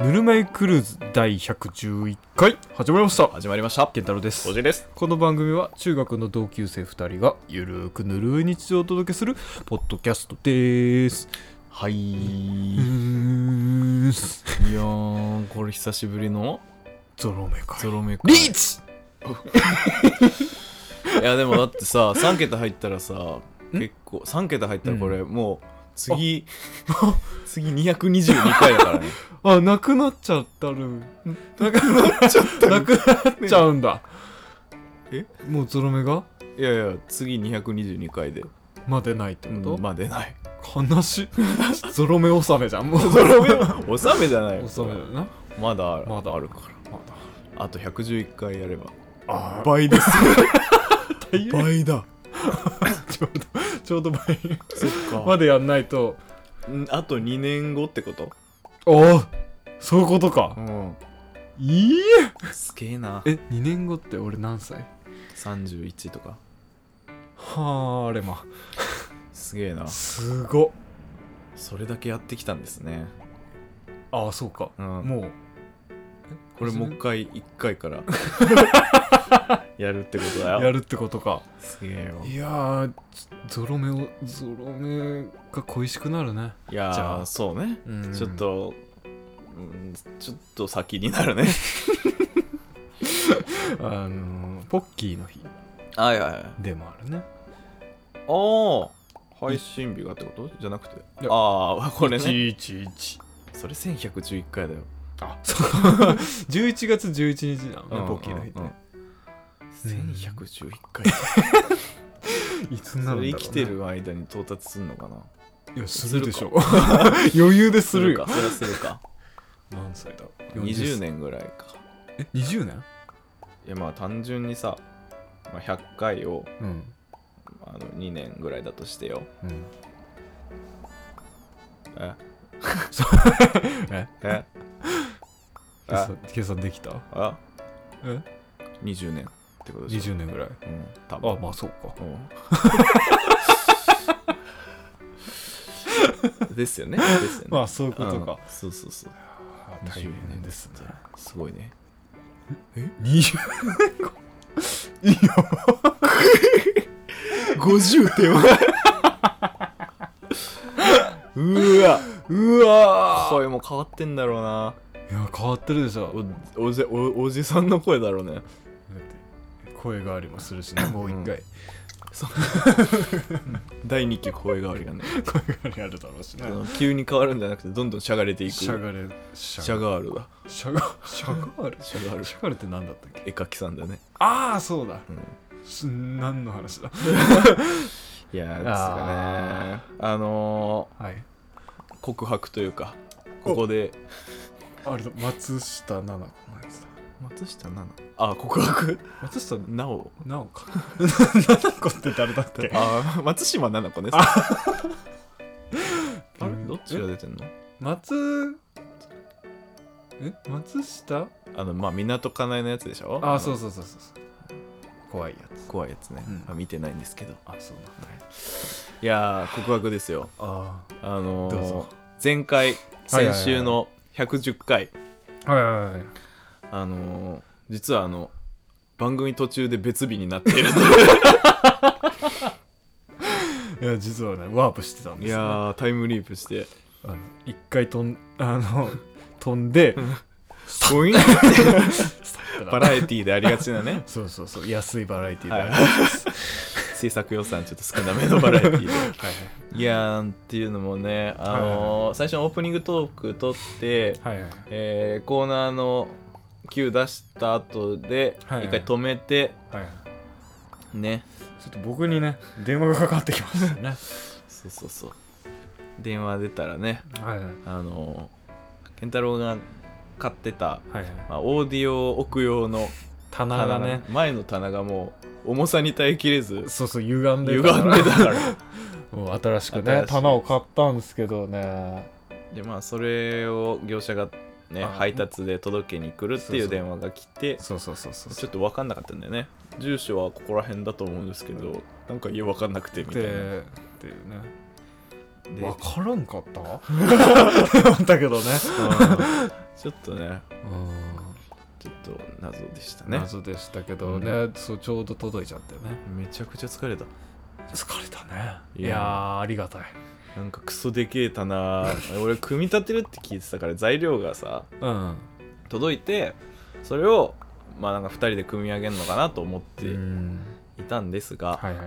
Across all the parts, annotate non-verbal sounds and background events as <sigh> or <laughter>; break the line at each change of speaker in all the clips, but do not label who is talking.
ルメイクルーズ第111回始まりました
始まりました。
健太郎です
おじです。
この番組は中学の同級生2人がゆるーくぬるい日常をお届けするポッドキャストです
はいう
ーんす
いやー、これ久しぶりの
ゾロ目か
ゾロ目か。
リーチ
いや、でもだってさ、3桁入ったらさ、結構、3桁入ったらこれ、もう、次、 <laughs> 次222回だからね。
あなくなっちゃったるなくなっちゃったなくなっちゃうんだ
え
もうゾロ目が
いやいや、次222回で。
までないって
う
こと、
ん、まあ出ない。
悲しいゾロ目納めじゃんもう
ゾロ目納めじゃないよ。
納めだな
まだある。
まだ
あるから。あと111回やれば。
あ
倍です。倍だ。
<laughs> ちょうどちょうど倍
そっか。
までやんないと
んあと2年後ってこと
ああそういうことか
ん。
いい
すげえな。
え2年後って俺何歳
31とか。
はあれます
げえな。
すごっ
それだけやってきたんですね。
ああそうか、
うん
もう
これもう一回、一回から <laughs> やるってことだよ。
やるってことか
すげえよ。
いやーゾロ目をゾロ目が恋しくなるね
いや
じゃあ
ー、そうね。
うん
ちょっと、うん、ちょっと先になるね。 <laughs>
あのーポッキーの日
はいはいはい。
でもあるね
ああ、配信日がってことじゃなくて
い。や
ああ、これね。
111
それ1111回だよ。
あそう <laughs> 11月11日なのね、
うん
ポッキーの日って、
うん1111回。 <laughs>
いつにな
そ
るんだろう
れ
ね
生きてる間に到達するのかない
やするでしょ <laughs> 余裕でするよ
か。それは <laughs> するか。
何歳だ
20年ぐらいか。
え20年
いやまあ単純にさ、まあ、100回を
うん、
あの2年ぐらいだとしてよ
うん、
え
<laughs> え
<laughs> え
計
あ
算計算できた
あ
え
20年ってことでしょ
20年ぐらい
うん多分
あまあそうか
うん <laughs> ですよねですよね
まあそういうことか
うんそうそうそう
大変ですね
すごいね
え20年後 <laughs> いや
50点はうわ
うわ
声も変わってんだろうない
や変わってるでしょ
おおじおおじさんの声だろうね
声変わりもするしねもう一回、
第2期声変わ
<laughs>
りがね
声変わりあるだろうし
あ
ね
の急に変わるんじゃなくてどんどんしゃがれていく
しゃがれし
シャガールだ。
しゃがしゃがる
シャガール。
しゃがるって何だったっけ
絵描きさんだね。
ああそうだ
うん、
す何の話だ
いやー、です
あ
よね。あの
はい
ー、告白というか、ここで。
あれだ松下奈々子のやつだ
松下奈々あ、告白
松下
なお。
奈緒か <laughs> 奈々子って誰だっ <laughs> け
あー、 <laughs> 松島奈々子ね。あれどっちが出てんの
松え松下
あの、まあ、港かなえのやつでしょ
ああそうそ
そ
うそうそうそう怖いやつ
う。怖いやつね。
うん
まあ、見てないんですけど。
あそうなんだ
いやー、告白ですよ。
あ
あの
どうぞ
ー、前回、
はいはいは
先
い
週の110回、
あはいはいはい
あのー、実はあの、番組途中で別日になっている
いや実はねワープしてたんで
い
す
や
よ、ね、
ータイムリープして
あの一回飛ん <laughs> あの飛んで
ゴイン <laughs> バラ
エ
エティでありがちなね
そうそうそう安いバラエティーで、
はい
はいはい
制作予算ちょっと少なめのバラエティで <laughs> いやーっていうのもねあのー最初のオープニングトーク撮って、
はいはい
えーコーナーの Q 出した後で
はいはい
一回止めて
はい
ね
ちょっと僕にね電話がかかってきましたね
そうそうそう電話出たらね
はいはい
あのー健太郎が買ってた、
はいはい
まあ、オーディオを置く用の
棚
棚
が
がね
ね
前の棚がもう重さに耐えきれず
そうそう歪んで
歪ん
る
でたから
<laughs> もう新しく
新
ね
しい
棚を買ったんですけどね
<laughs> でまあそれを業者がね
あ
配達で届けに来るって
そう
い
そう
う電話が来て
そうそうそうそう
ちょっと分かんなかったんだよね住所はここら辺だと思うんですけどなんか家分かんなくてみたいな
っていうね
で
分からんか <laughs> っただけどね、
うん <laughs> ちょっと
う
ね
ん、
ちょっと謎でしたね
謎でしたけどね、そうちょうど届いちゃってね
めちゃくちゃ疲れた
疲れたね
い
い
や
やーありがたい
なんかクソでけえ棚 <laughs> 俺組み立てるって聞いてたから材料がさ
うん
届いてそれをまあなんか2人で組み上げるのかなと思って
うん
いたんですが、
はいはい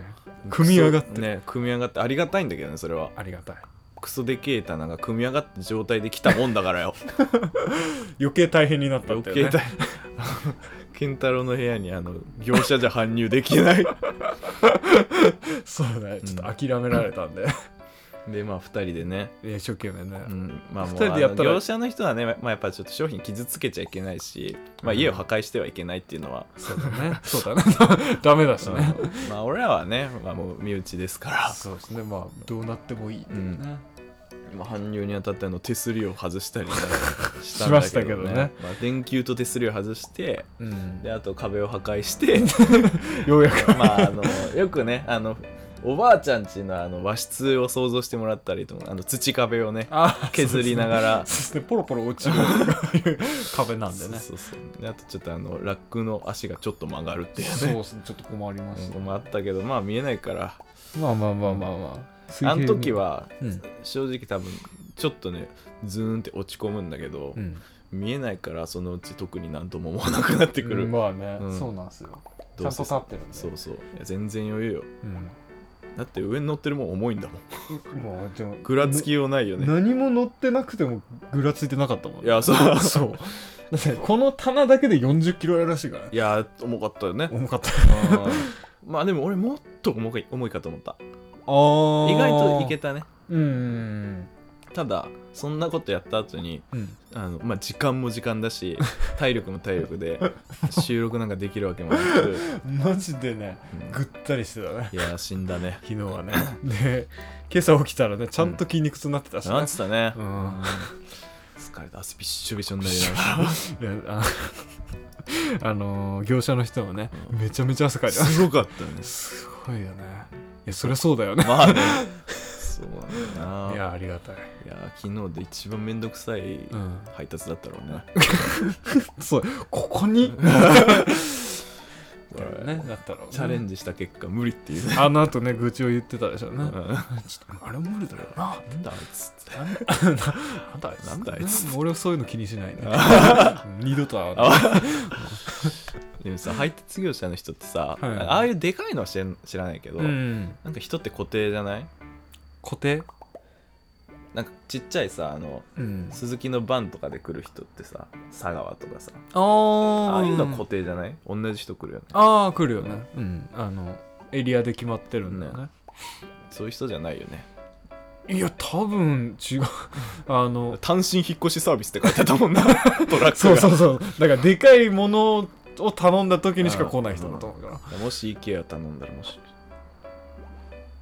組み上がって
クソね組み上がってありがたいんだけどねそれは
ありがたい
クソでけえ棚が組み上がった状態で来たもんだ
<laughs>
からよ
余計大変になった
余
って
計
ね
<laughs> だ健太郎の部屋にあの業者じゃ搬入できない
<laughs> そうねちょっと諦められたんで、
でまあ2人でね、
<laughs> 一生懸命ね、
うん、まあもう
二人でやったら
あの業者の人はね、まあ、やっぱちょっと商品傷つけちゃいけないし、まあ、家を破壊してはいけないっていうのは、
そうだねそうだね <laughs> ダメだしね、
うんまあ俺らはね、まあ、もう身内ですから
そうですねまあどうなってもいいっていうね、
今搬入にあたってあの手すりを外した
<laughs>
りね
しましたけどね
したんだまあ、電球と手すりを外して
うん
であと壁を破壊して
ようやく
<laughs> まああのよくねあのおばあちゃんちのあの和室を想像してもらったりとかあの土壁をね
あ
削りながら
そしてポロポロ落ちる壁なんでね
そうそうそうであとちょっとあのラックの足がちょっと曲がるっていうね
そうっすねちょっと困りまし
うんまああったけどまあ見えないから
たまあまあまあまあまあ
あの時、は
うん
正直多分ちょっとねズーンって落ち込むんだけど、
うん、
見えないからそのうち特に何とも思わなくなってくる、
まあね、
うん
そうなんすよち
ど
ゃ
うん
と
せ
立ってるんで
そうそういや全然余裕よ
うん
だって上に乗ってるもん重いんだもん
もうでも
ぐらつきようないよね
何も乗ってなくてもぐらついてなかったもん
いや
<laughs>
そう
そうだってこの棚だけで4 0キロやるらしいからね
いや重かったよね
重かった
うんまあでも俺もっと重かい重いかと思った
あ
意外といけ
た
たね
うん
ただそんなことやった後に
うん
あのまあ時間も時間だ
<laughs>
し体力も体力で収録なんかできるわけもなく、
マジでね
うん
ぐったりしてたね
いやー死んだね
昨日はねで今朝起きたらねちゃんと筋肉痛になってたしね、
なんつったね、
うん
うん疲れた汗びっしょびしょになりながら
いやあ <laughs> あのー業者の人もねめちゃめちゃ汗かい <laughs> てます
すごかったね。
すごいよねいやそりゃそうだよね <laughs>
まあね。そうだな。
い
いや
やありがたい、
昨日で一番めんどくさい
うん、
配達だったろうね。
そうここに
こ
<laughs>
れ
ねだったら、
チャレン
ジ
ジした結果無理っていうね。
あの後ね愚痴を言ってたでしょう
う
ね
んな
ちょっとあれ無理だよなん
だあいつっ
な
て。
んだあいつ
なんだあいつ
ね俺はそういうの気にしないね二度と会わない
でもさ、配達業者の人ってさ、
はい
ああいうでかいのは知らん知らないけど、
うん
なんか人って固定じゃない
固定
なんかちっちゃいさ、あの、
うん
鈴木のバンとかで来る人ってさ、佐川とかさ、
あー
ああいうのは固定じゃない同じ人来るよね。
ああ来るよねうんあのエリアで決まってるんだよね
そういう人じゃないよね。
いや多分違うあの
単身引っ越しサービスって書いてあっ
<laughs>
たもんな、トラックが。
そうそうそうだからでかいものを頼んだ時にしか来ない人だと思うから
もし IKEA 頼んだらもし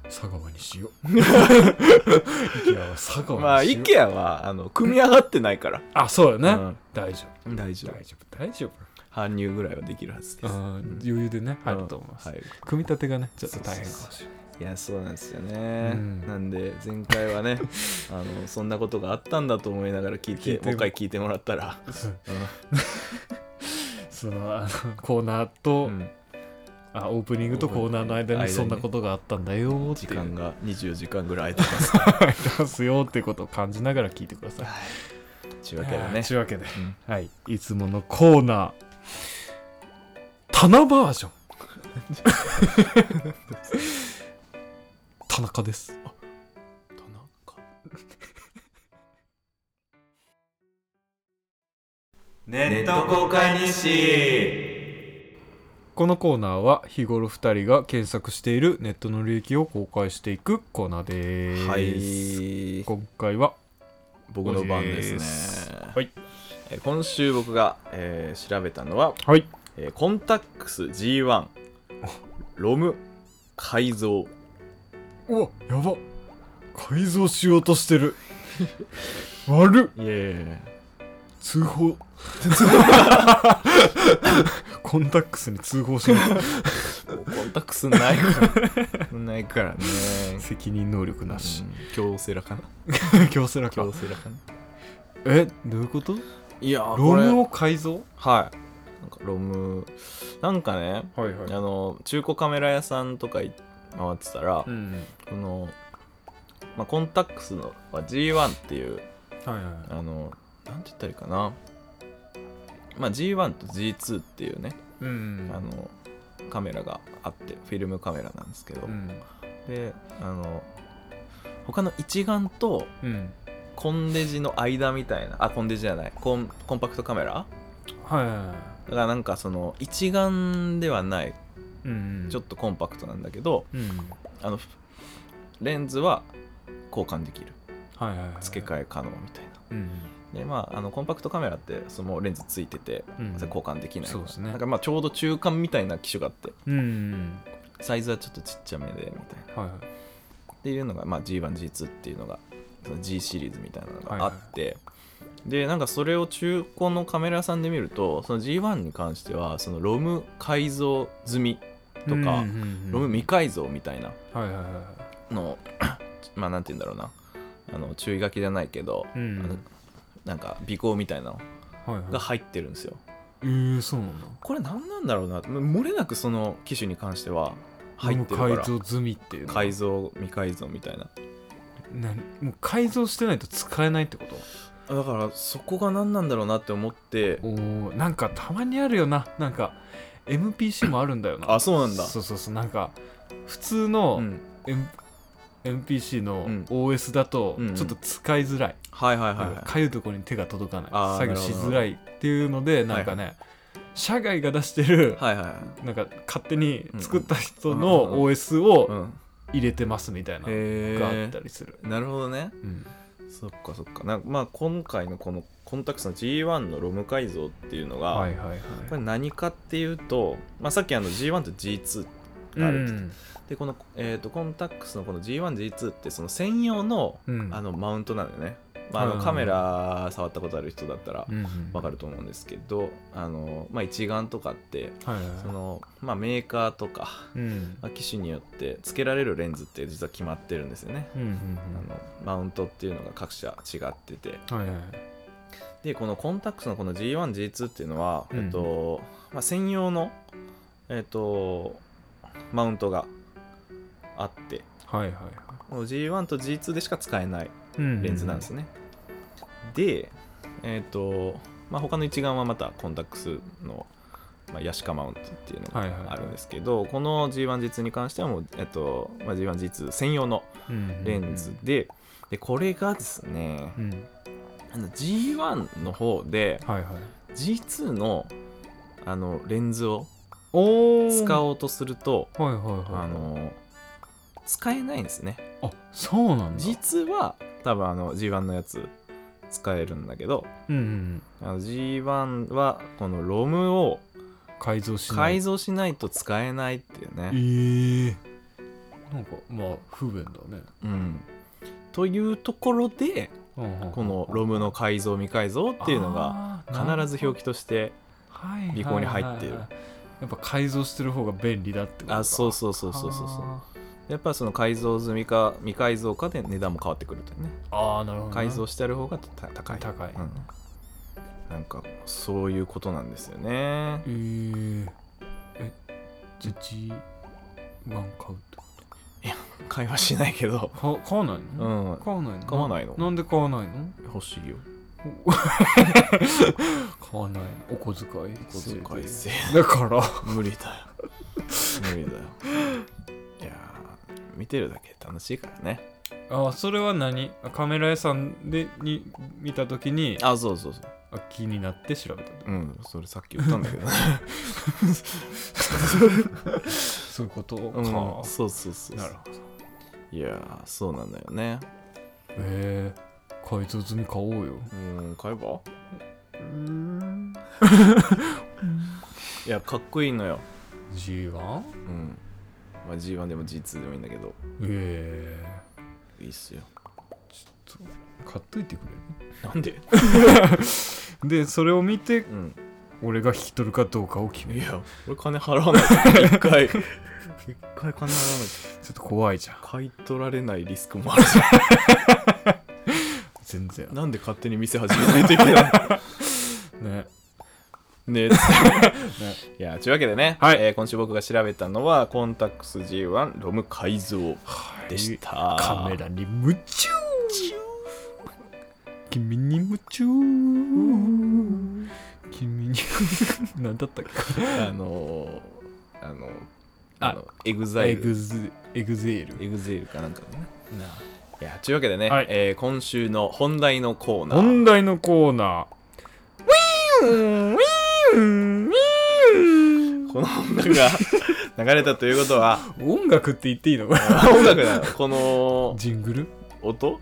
佐川にしよういや佐川にしよう
まあ IKEA はあの組み上がってないから、
あそうだよね、
うん
大丈
大
夫
丈
大丈夫大丈夫
夫搬入ぐらいはできるはずで
あ
す、
ー余裕でね入ると思います、
はい、
組み立てがねちょっと大変かもしれない
いやそうなんですよね、
うん
なんで前回は <laughs> ねあのそんなことがあったんだと思いながら聞い
聞い
て
て
もう一回聞いてもらった <laughs> ら、
そのあのコーナーと、
うん
あオープニングとコーナーの間にそんなことがあったんだよーって
時
いう
間が24時間ぐらい空いてます
ますよってことを感じながら聞いてください。
ちゅうわけでね
というわけで、
ん
はい、いつものコーナー、棚バー <laughs> ジョン。田中です。
ネット公開日誌
このコーナーは日頃2人が検索しているネットの履歴を公開していくコーナーです。
はい
今回は、
僕の番ですね
はい。
えー今週僕が、えー調べたのは
はい。
えーコンタックス G1 ロム改造
うわ、やば。改造しようとして <laughs> る。悪っ。
いえ
通 <laughs> 報コンタックスに通報しに行く
コンオタクすんない <laughs> から。ないからね。
責任能力なし
う。ん京セラかな
京セラか
京。セラかな
え、どういうこと
いや
ロ
これ
ムを改造
はい。なんかロム、なんかね、
はい
あ
は
の、中古カメラ屋さんとかい回ってたら、
うん。
この、まあ、コンタックスのまあ G1 っていう、
はいは
あの、なんて言ったらいいかな。まあ、G1 と G2 っていうね、
い。うん
あの、カメラがあって、フィルムカメラなんですけど、
うん。
で、あの、他の一眼と
うん。
コンデジの間みたいな、あ、コンデジじゃない、コンコンパクトカメラ
はいはいは
がなんかその一眼ではない
い。うん
ちょっとコンパクトなんだけど、
と。うん。
あのレンズは交換できる
はいはいはい。
付け
え。
替え可能みたいな
うん。
でまああのコンパクトカメラってそのレンズついてて、
うん
それ交換できない
そうですね
なんかまあちょうど中間みたいな機種があって
うん。
サイズはちょっとちっちゃめでみたいな
はいはい。
っていうのが、まあ、G1G2 っていうのがその G シリーズみたいなのがあって、でなんかそれを中古のカメラ屋さんで見るとその G1 に関してはそのロム改造済みと
うん
か、
うん
ロム未改造みたいな
はいはいは
の <coughs> まあなんて言うんだろうなあの注意書きじゃないけど、
い。うん。
あのなんか尾行みたいなの
はいはい。
が入ってるんですよ、
えー、そうなんだ。
これ何なんだろうなも漏れなくその機種に関しては入ってるか
ロム
ら
改造済みっていうの
改造未改造みたいな
なもう改造してないと使えないってこと
だからそこが何なんだろうなって思って
おーなんかたまにあるよななんか MPC もあるんだよな
あそうなんだ
そうそうそうなんか普通
う
の、
ん
M MPC の
うん
OS だと
うんうん
ちょっと使いづらい、
はいはいはい
なん
は
か
い
かゆいところに手が届かない
あー
作業しづらいっていうのでなんかね、社外が出してる、
はいはいはい
なんか勝手に作った人
うん
の
うんうん
OS を
うん
入れてますみたいなのがあっ
へ
たりする、
えなるほどね
うん
そっかそっかなんかまあ今回のこのコンタクスの G1 のロム改造っていうのが、
はいはいはい
これ何かっていうと、まあ、さっきあの G1 と G2 があるって言って、でこの、えー、とコンタックスのこの G1G2 ってその専用の,、
うん
あのマウントなのよね、まあ、あ
うん
のカメラ触ったことある人だったら
うんうん
わかると思うんですけど、あのまあ、一眼とかって
はいはいはい
その、まあ、メーカーとか、
うん
まあ、機種によって付けられるレンズって実は決まってるんですよね、
うんうん
あのマウントっていうのが各社違ってて
うんはいはい
でこのコンタックスのこの G1G2 っていうのは、
うん
えっとまあ、専用の、えっと、マウントがあって
はいはいは
この G1 と G2 でしか使えない
いうん
レンズなんですね、でえっ、と、まあ、他の一眼はまたコンタックスの、まあ、ヤシカマウントっていうのが
はいはい
あるんですけど、この G1G2 に関してはもう、えっとまあ、G1G2 専用のレンズで、でこれがですね
うん
あの G1 の方で
はいはい
G2 のあのレンズを
お
使
う
おうとすると、
はいはいはい
あの使えないんですね
あそうなんだ
実は多分あの G1 のやつ使えるんだけど
うんうん
あの G1 はこのロムを
改造しない
改造しないと使えないっていう
え
ね。
ーなんかまあ不便だね
うん、というところでこのロムの改造未改造っていうのが必ず表記として
記
尾行に入ってる
やっぱ改造してる方が便利だってことか
あそうそうそうそうそうそうやっぱその改造済みか未改造かで値段も変わってくるというね
あーあーなるほどね
改造してある方がた高い
高い
うん、なんかそういうことなんですよね
えーえじゃあ G1 買うと
会話しないけど
か買わないの、
うん
買わないの
買わないの
なんで買わないの
欲しいよ
買わないお小遣い
小遣い制
だから
無理だよ無理だよいやー見てるだけ楽しいからね
<laughs> あそれは何あカメラ屋さんでに見た時に
あそうそうそう
あ気になって調べたと
うんそれさっき言ったんだけどね、 <laughs>
そういうことか、
うん、そうそうそう
なるほど
いやーそうなんだよね
えー、改造済み買おうよ
うん買えば
うーん
<laughs> いやかっこいいのよ
G1?
うん、まあ、G1 でも G2 でもいいんだけど
え
いいっすよ
ー、買っといてくれ
なんで
るでそれを見て
うん
俺が引き取るかどうかを決め
い
る
や俺金払わない一回一回金払わない
ちょっと怖いじゃん
買い取られないリスクもあるじゃ
全然
ん <laughs> なんで勝手に店始めないといけない <laughs>
ね
ねいやというわけでね、
はい
えー今週僕が調べたのはコンタックス G1 ロム改造でした、
カメラに夢中君に夢中君に何だったっけ
あのー、あの
あ
あのエグザ
エ
イ
グ
ル
ゼエグゼール
エグゼイルかなんかねいやというわけでね、
はい
えー今週の本題のコーナー
問題のコーナーウィーンウィーンウィーン
この音楽 <laughs> が流れたということ <laughs> は
音楽って言っていいのこれ
音楽なのこ <laughs> の
ジングル
音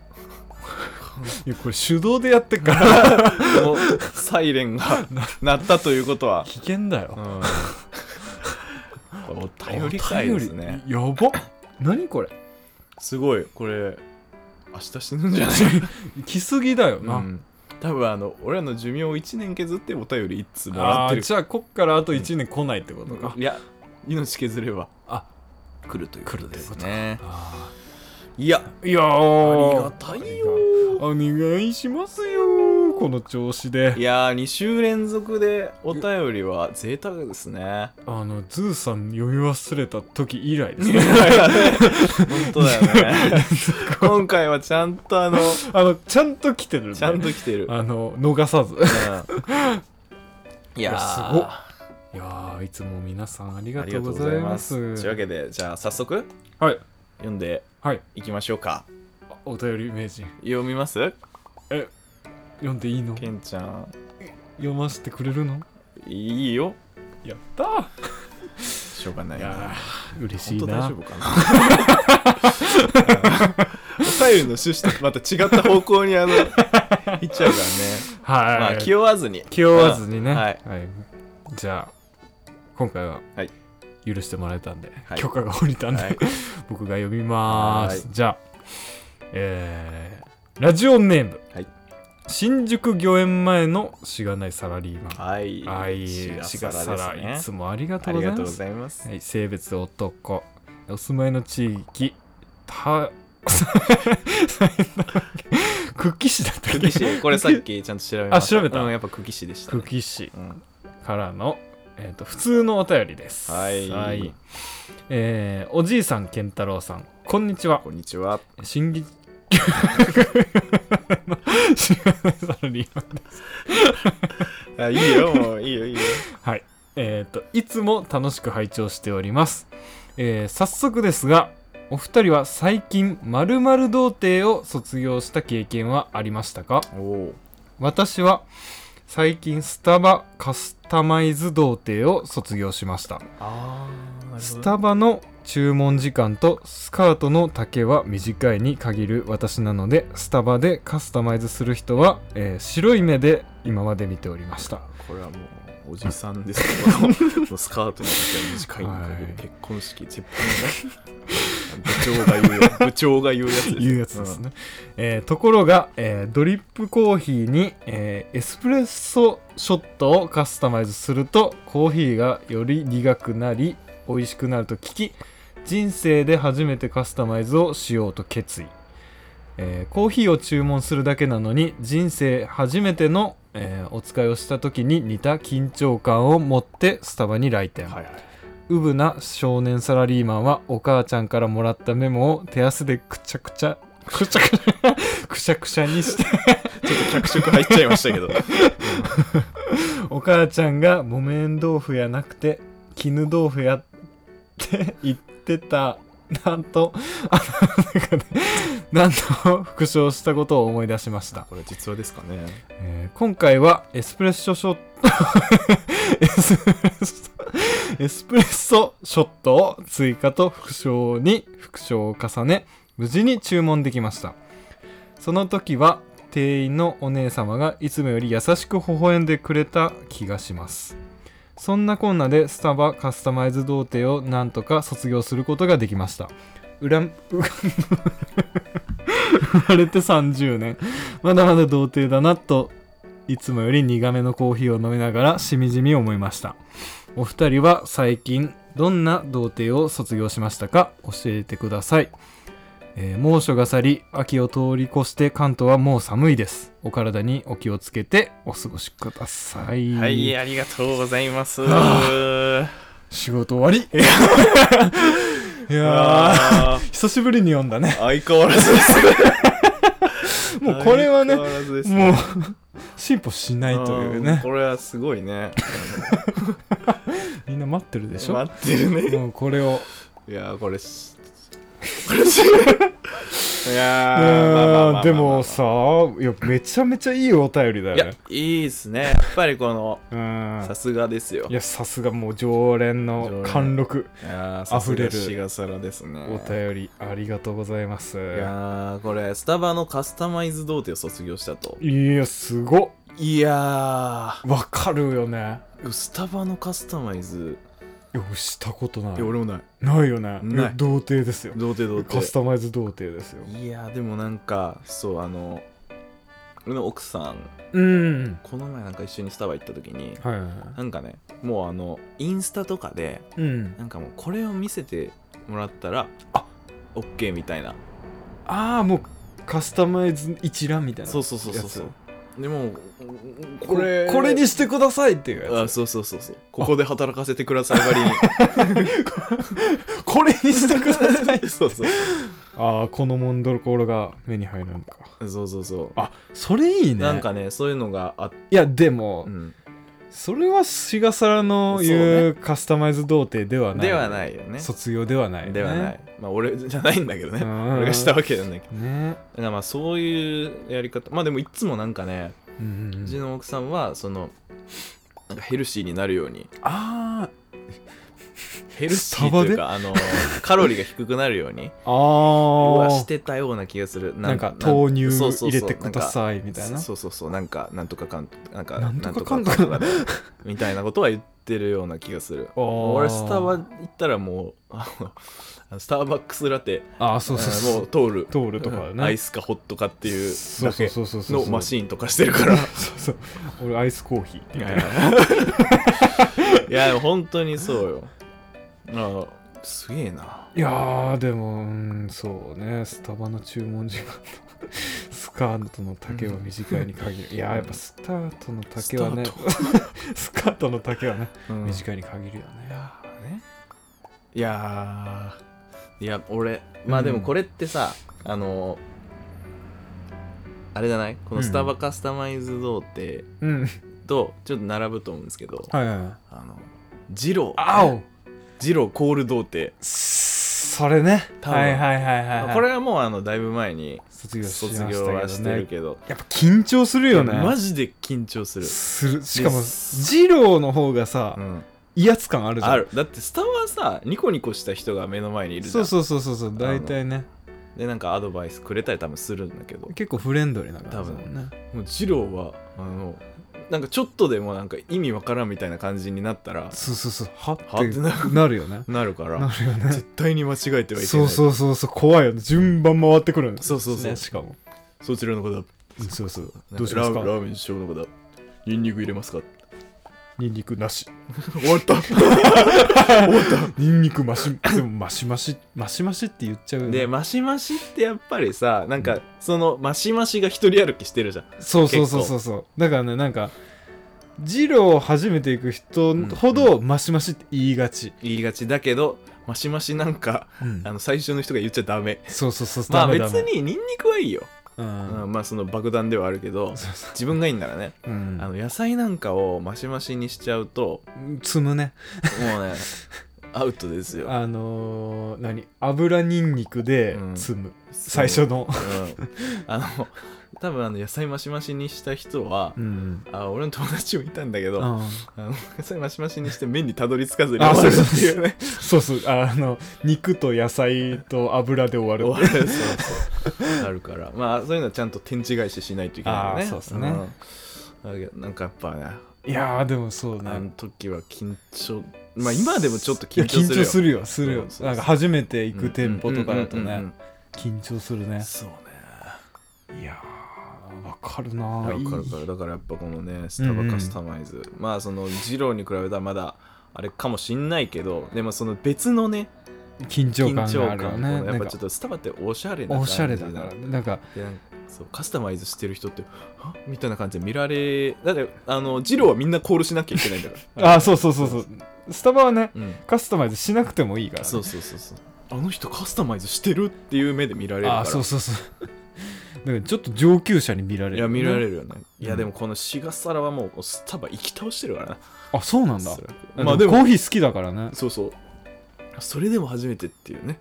いやこれ手動でやってっから <laughs>
このサイレンが鳴ったということは
危険だよ
<laughs> うん、お便り会ですね
お便りやば何 <laughs> これ
すごいこれ明日死ぬんじゃない、
来すぎだよ
う
な、
ん、多分あの俺らの寿命を1年削ってお便り1通もら
あ
って
ー
る
じゃあこっからあと1年来ないってことか、
いや命削れば
あ
来るということですね
あ
いや
ーいや
あ
ー
りがたいよ
お願いしますよこの調子で
いやー2週連続でお便りは贅沢です <laughs> ね
あのズーさん読み忘れた時以来で
い
す
<laughs> や
ね
いや本当だよね今回はちゃんとあの
あのちゃんと来てるね
ちゃんと来てる、
あの逃さず
うんいや
いやす
ー
ごっいやーいつも皆さんありが
あり
と
が
う
と
ご
うご
ざ
ざ
い
い
ま
ますすというわけでじゃあ早速
はい
読んで
はい
いきましょうか
あお便り名人
読みます
読んでいいの
けんちゃん
読ませてくれるの
いいよ
やったー
しょうがないい
や
な
ー嬉し
本
い
当大
な
丈夫かな <laughs> お便りの趣旨とまた違った方
<laughs>
向にあのいっちゃうからね
はい、
まあ気負わずに
気負わずにね、
うんはい
じゃあ今回は
はい
許してもらえたんで、
はい
許可が下りたんで、
はい
僕が読みます、
は
じゃあえーラジオネーム、
はい
新宿御苑前のしがないサラリーマン
はい
はいしが
し
さ
がさら
ら、
で
い
す
つ
ね
もありがと
あ
うご
り
ざい
がと
ま
うご
す
ざい
<laughs>
ます
はい、性別男お住まいの地域た
<laughs>
<laughs> クッキー市だったっけ
久喜
<laughs>
市これさっきちゃんと調べました
あ調べた
うんやっぱ久喜市でした
ク
ね
ッキー市
うん
からの、えー、と普通のお便りです
はい
えーおじいさん健太郎さんこんにちは
こんにちは
新規 <laughs> 知らないサラリーマン
あいいよもういいよい
<laughs>
いよ
はいえっ、といつも楽しく拝聴しております、えー早速ですがお二人は最近〇〇童貞を卒業した経験はありましたか
おお
私は最近スタバカスタマイズ童貞を卒業しました
ああ
スタバの注文時間とスカートの丈は短いに限る私なのでスタバでカスタマイズする人は、えー白い目で今まで見ておりました
これはもうおじさんですけ
<laughs>
どもうスカートの丈は短いんだけど、
はい
結婚式チップのね部長が言うや部長が言うやつです
いうやつですね、えーところが、えードリップコーヒーに、えーエスプレッソショットをカスタマイズするとコーヒーがより苦くなり美味しくなると聞き人生で初めてカスタマイズをしようと決意、えーコーヒーを注文するだけなのに人生初めての、えーお使いをした時に似た緊張感を持ってスタバに来店、
うんはいはいう
ぶな少年サラリーマンはお母ちゃんからもらったメモを手汗でくちゃくちゃくちゃくちゃくしゃくしゃにして
ちょっと脚色入っちゃいましたけど
お母ちゃんが木綿豆腐やなくて絹豆腐やって言ってたなんとあなんかねなんと復唱したことを思い出しました、
これ実話ですかね
えー今回はエスプレッソショット <laughs> エスプレッソエスプレッソショットを追加と副賞に副賞を重ね無事に注文できましたその時は店員のお姉様がいつもより優しく微笑んでくれた気がしますそんなこんなでスタバカスタマイズ童貞をなんとか卒業することができましたうらん生まれて30年まだまだ童貞だなといつもより苦めのコーヒーを飲みながらしみじみ思いましたお二人は最近どんな童貞を卒業しましたか教えてください、えー猛暑が去り秋を通り越して関東はもう寒いですお体にお気をつけてお過ごしください、
はい、ありがとうございます。
は仕事終わ
<laughs>
りいやー
あー
久しぶりに読んだね
相変わらずです。
<laughs> もうこれはね
相変わらずです
もう進歩しないという
うん
ね
これはすごいね。
みんな待ってるでしょ
待ってるね。
もうこれを
いやー、これし、 <laughs> これし、 <laughs> いやー、まあまあまあまあまあ
でも、さいやめちゃめちゃいいお便りだ
い
よ
や
ね、
いいですね。やっぱりこの、
うん
さすがですよ。
いやさすがもう常連
常
の
連
貫禄
いやー、さす
溢れる
がしがさらですね。
お便りありがとうございます
いやー、これ、スタバのカスタマイズ童貞を卒業したと。
いやすごっ
いや
わかるよね
ー、スタバのカスタマイズ、
いや俺したことない
いや、俺もない。
ないよね
ない
いや童貞ですよ
童貞童
カス
貞。
タマイズ童貞ですよ
いやー、でもなんか、そう、あの、俺の奥さん、
うん
この前なんか一緒にスタバ行った時に、
はいはいは
なんかね、もうあの、インスタとかで、
いうん
なんかもうこれを見せてもらったら
あ
オッケーみたいな
ああもうカスタマイズ一覧みたいな
そうそうそうそうそう
や
でも
つこれこれにしてくださいっていうや
あ
つ
そうそうそうそうここで働かせてくださいば <laughs> りに
<laughs> これにしてください
そうそう
ああこのモンドロコールが目に入るのか
そうそうそう
あそれいいね
なんかねそういうのがあって、
いやでも、
うん
それはしがさらの言うカスタマイズ童貞ではない
ではないよね
卒業ではないよね
ではないまあ俺じゃないんだけどね
うん
俺がしたわけじゃないけど
ね
だからまあそういうやり方まあでもいつもなんかね
うんうんう
うんちの奥さんはそのなんかヘルシーになるように
あ
ヘルシーというかあのカロリーが低くなるように <laughs>
ーあ
は
ー
してたような気がする
なんか豆乳
そうそうそう
入れてくだ
なんか
さいみたいな
そうそうそうなんかなんとかかんなんか
なんとかかんと
な
か
んとかみたいなことは言ってるような気がす
<laughs>
る
あー
俺スタバ行ったらもうあのあのスターバックスラテ
あーそうそう
あの
そ
もう
う
通る
通るとかね
アイスかホットかっていう
そう
だ
そう
け
そうそうそう
のマシーンとかしてる
<laughs>
から
そうそう俺アイスコーヒーみたいな
いやでも本当にそうよあのすげえない
やーでも、うん、そうねスタバの注文時間とスカートの丈は短いに限る、いやーやっぱスタートの丈はね
ス
スカートの丈はね、
うん
短いに限るよ
い
ね
やーねいやーいや俺まあでもこれってさ、あのーあれじゃないこのスタバカスタマイズ童貞
うん
とちょっと並ぶと思うんですけど、
はいはいはい
あのジロー
あお
ジローコール童貞、
それね
多分
はいはいはいはい、はい、
これはもうあのだいぶ前に
卒業しまし
卒
たけ
業
ど
はしてる
ね
けど
やっぱ緊張するよね
マジで緊張する、
するしかも
で
二郎の方がさ、
うん
威圧感あるじゃん
あるだってスタバはさニコニコした人が目の前にいるじゃん
そうそうそうそうそう大体ね
でなんかアドバイスくれたり多分するんだけど
結構フレンドリーな感じだもんね
もうジローはあのなんかちょっとでもなんか意味わからんみたいな感じになったら
そうそうそうはっ
はってな
てなる
<laughs>
よね
なるから
なるよね
絶対に間違えてはいけ
そ
な
う
い
そうそうそう怖いよね順番回ってくるんです
そうそうそう
ねしかも
そちらの方
うんそうそう
なん
どうします
ラ
か
ーラーメン師匠の方ニンニク入れますか
ニンニクなし <coughs>
終わった
ニンニクマシ <coughs> でもマシマシマシマシって言っちゃうよね
<laughs> でマシマシってやっぱりさなんかそのマシマシが一人歩きしてるじゃん
そうそうそうそうそうだからねなんかジローを初めて行く人ほどマシマシって言いがち、
言いがちだけどマシマシなんかあの最初の人が言っちゃダメ
そうそうそう
ま
ダ
あ
メ
別
ダメ
にニンニクはいいよ、
うん
うんまあその爆弾ではあるけど
そうそ
自分がいいんならね
ううん
あの野菜なんかをマシマシにしちゃうと
積むね
もうねアウトですよ
あのー、何油にんにくで
うん
積む、最初の
うんあの多分あの野菜マシマシにした人は、
うん
あ俺の友達もいたんだけど、あ
あ
の野菜マシマシにして麺にたどり着かずに
あ
終わるっていうね
そうそうあの肉と野菜と油で終
終
わ
わ
る
るそうそうあるからまあそういうのはちゃんと天地返ししないといけないよね
あーそうっすね
うんだけどなんかやっぱね
いやーでもそう
あ
ね
の時は緊張まあ今でもちょっと緊張
いや緊張
す
す
るよ
るよするよ
そうそうそう
なんか初めて行く店舗とかだとね、
うんうんうんうん
緊張するね
そうね
いやーわかるなぁ
わかるわ
い
か
い
るだからやっぱこのねスタバカスタマイズ、まあそのジローに比べたらまだあれかもしんないけどでもその別のね
緊張
緊
感
張
があ
感
るよ
こ
ね
の
な
やっ
ん
ぱ
か
ちょっとスタバっておしゃれな感じ
おしゃれだから
で
ねなんか
でなんかそうカスタマイズしてる人ってはみたいな感じで見られだってあのジローはみんなコールしなきゃいけないんだから
<laughs> あそうそうそうそうスタバはね
うん
カスタマイズしなくてもいいからね
そうそうそうそうあの人カスタマイズしてるっていう目で見られるから
あそうそうそうなんかちょっと上級者に見られる
いや見られ
る
るよね、いやでもこのシガサラはもうスタバ行き倒してるからな
あそうなんだ
まあでも
コーヒー好きだからね
そうそうそれでも初めてっていうね、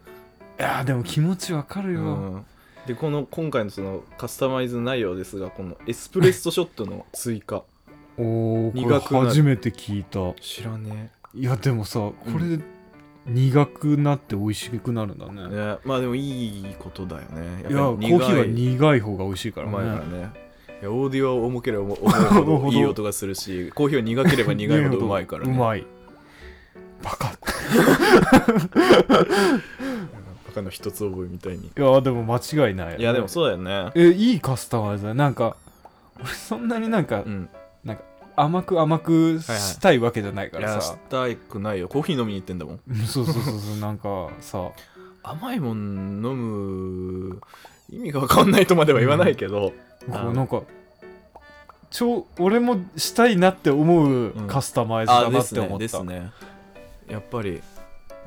いやーでも気持ちわかる
う
よ
ん、でこの今回のそのカスタマイズ内容ですがこのエスプレッソショットの追加
おーこれ
苦くなる
初めて聞いた
知らね
いやでもさこれ苦くなって美味しくなるんだ
え
ね
ねまあでもいいことだよね
いやコ
っ
ー
ぱり
ヒーは
苦いう
苦い方が美味しいから
まいから
ね
ねいやオーディオは重ければ <laughs> 重いほどいい音がするしコーヒーは苦ければ <laughs> 苦いほどうまいからね
うまいバカ
バカの一つ覚えみたいに
いやでも間違いない
いやでもそうだよね
えいいカスタマイズだなんか俺そんなになんか、
うん
甘く甘くしたいわけじゃないか
い
ら
や
さ、
したくないよコーヒー飲みに行ってんだもん
うんそうそうそうそうなんかさ
甘いもん飲む意味が分かんないとまでは言わないけど、
こ
あ
うなんか超俺もしたいなって思ううんカスタマイズだ
あ
な
あで
っ
す
て思
ね
っ
で
た、
すねやっぱり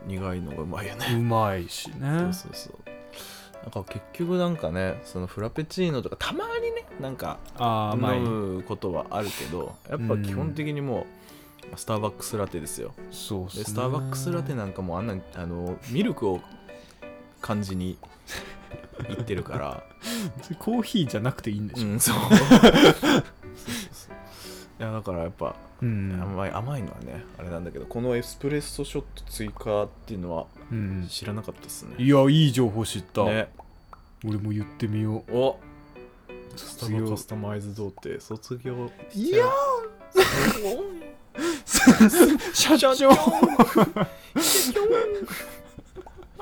苦いのがうまいよね
うまいし
そ
ね
うそうそうなんか結局なんかねそのフラペチーノとかたまにねなんか
あー甘い
飲むことはあるけどやっぱ基本的にもう、スターバックスラテですよ
そうっすね
でスターバックスラテなんかもうあんなあのミルクを感じにいってるから
コーヒーじゃなくていい <laughs> んでし
う
ょ、<laughs>
ん、そうそうそうそういやだからやっぱ
うん
甘い甘いのはねあれなんだけどこのエスプレッソショット追加っていうのは
うん
知らなかったですね
いやいい情報知った、
ね
俺も言ってみよ
お
う
スタバカスタマイズ童貞卒業
いや <laughs>
<laughs>
ー社長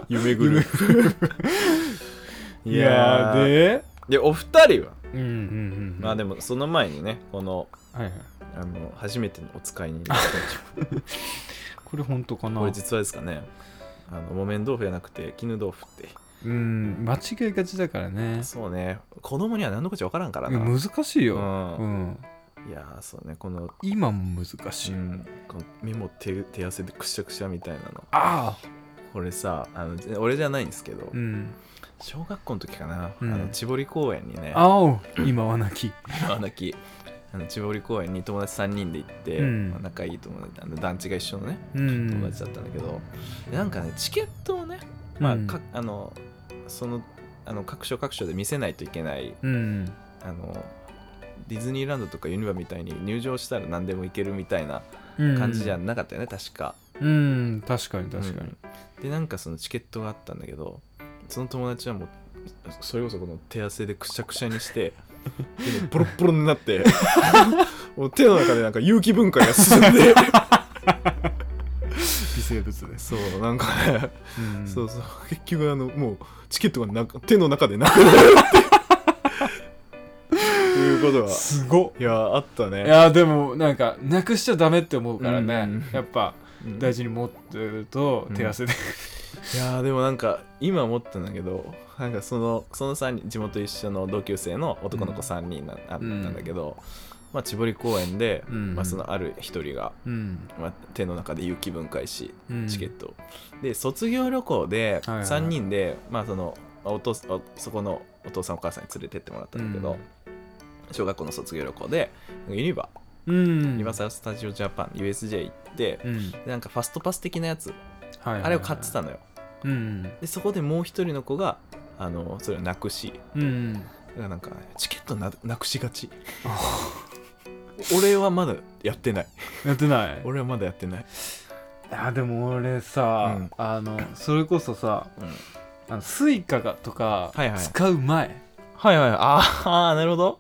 夢グループ
いやーで
でお二人は
うんうんうん
まあでもその前にねこの
はいはい
あの初めてのお使いになった
<laughs> これ本当かな
これ実はですかねあの木綿豆腐じゃなくて絹豆腐って
うん間違いがちだからね
そうね子供には何のこっちゃ分からんからな、
難しいよ、
う
うんん、
いやーそうねこの,、
今も難し
う
い、
ん、この目も手手汗でくしゃくしゃみたいなの
ああ
これさあのぜ俺じゃないんですけど、
うん
小学校の時かな、
うん
あの千堀公園にね
青今はなき
あの時あの千堀公園に友達3人で行って、
うん
まあ仲いい友達あの団地が一緒のね
うん
友達だったんだけど、でなんかねチケットをね、まあ
うん
かあのそのあの各所各所で見せないといけない
うん
あのディズニーランドとかユニバみたいに入場したら何でも行けるみたいな
うん
感じじゃなかったよね、確か
うん確かに確かに、
うんでなんかそのチケットがあったんだけどその友達はもうそれこそこの手汗でくしゃくしゃにして
<laughs>
でもボロッボロになってもう手の中でなんか有機分解が進んで
微生物です、
そうなんかね、
うん、
そうそう結局あのもうチケットがなく手の中でなくなる
<laughs>
っていうことが
すごっ
いやあったね
いやでもなんかなくしちゃダメって思うからね、
うん
やっぱ
うん
大事に持ってると手汗で、
いやーでもなんか今思ったんだけどなんかそのその3人地元一緒の同級生の男の子3人な、あ
うん
なんだけど、まあ、千堀公園で、
うん
まあ、そのある1人が、
うん
まあ、手の中で有機分解し
うん
チケットを、で卒業旅行で
はいはい
3人で、まあ、そのお父おそこのお父さんお母さんに連れてってもらったんだけど、
うん
小学校の卒業旅行でユニバ、
うん
ユニバーサル・スタジオ・ジャパン USJ 行って
う、ん
でなんかファストパス的なやつ、
はいはいはい
あれを買ってたのよ
うん
でそこでもう一人の子があのそれをなくし
うん
だからなんかチケットななくしがち <laughs> 俺はまだやってない
やってない
俺はまだやってない、
あでも俺さ、
うん
あのそれこそさ
うん
あのスイカがとか
はいはい
使う前、
はいはいああなるほど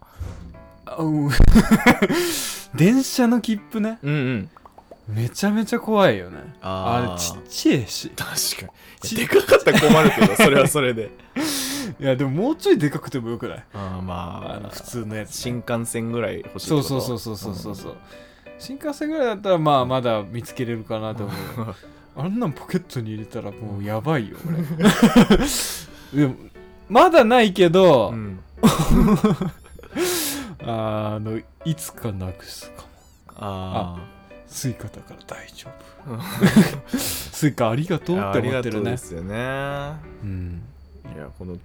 あうん <laughs> 電車の切符ね
うんうん
めちゃめちゃ怖いよねあ
あー
れちっちゃいし
確かにでかかったら困るけどそれはそれで
いやでももうちょいでかくてもよくない
<laughs> あー
あ
ま
の
あ
普通のやつ
新幹線ぐらい欲しいって
そ
こ
う
と
そうそうそうそうそうそう、新幹線ぐらいだったらまあまだ見つけれるかな
<laughs>
と思うよあんなんポケットに入れたらもうやばいよ俺
<laughs>
でもまだないけど、
うん
あのいつかなくすかも
あー
スイカだから大丈夫 <laughs> スイカありがとう
いや
って思ってる
ありがとうで
ね
すよねいや
うん
この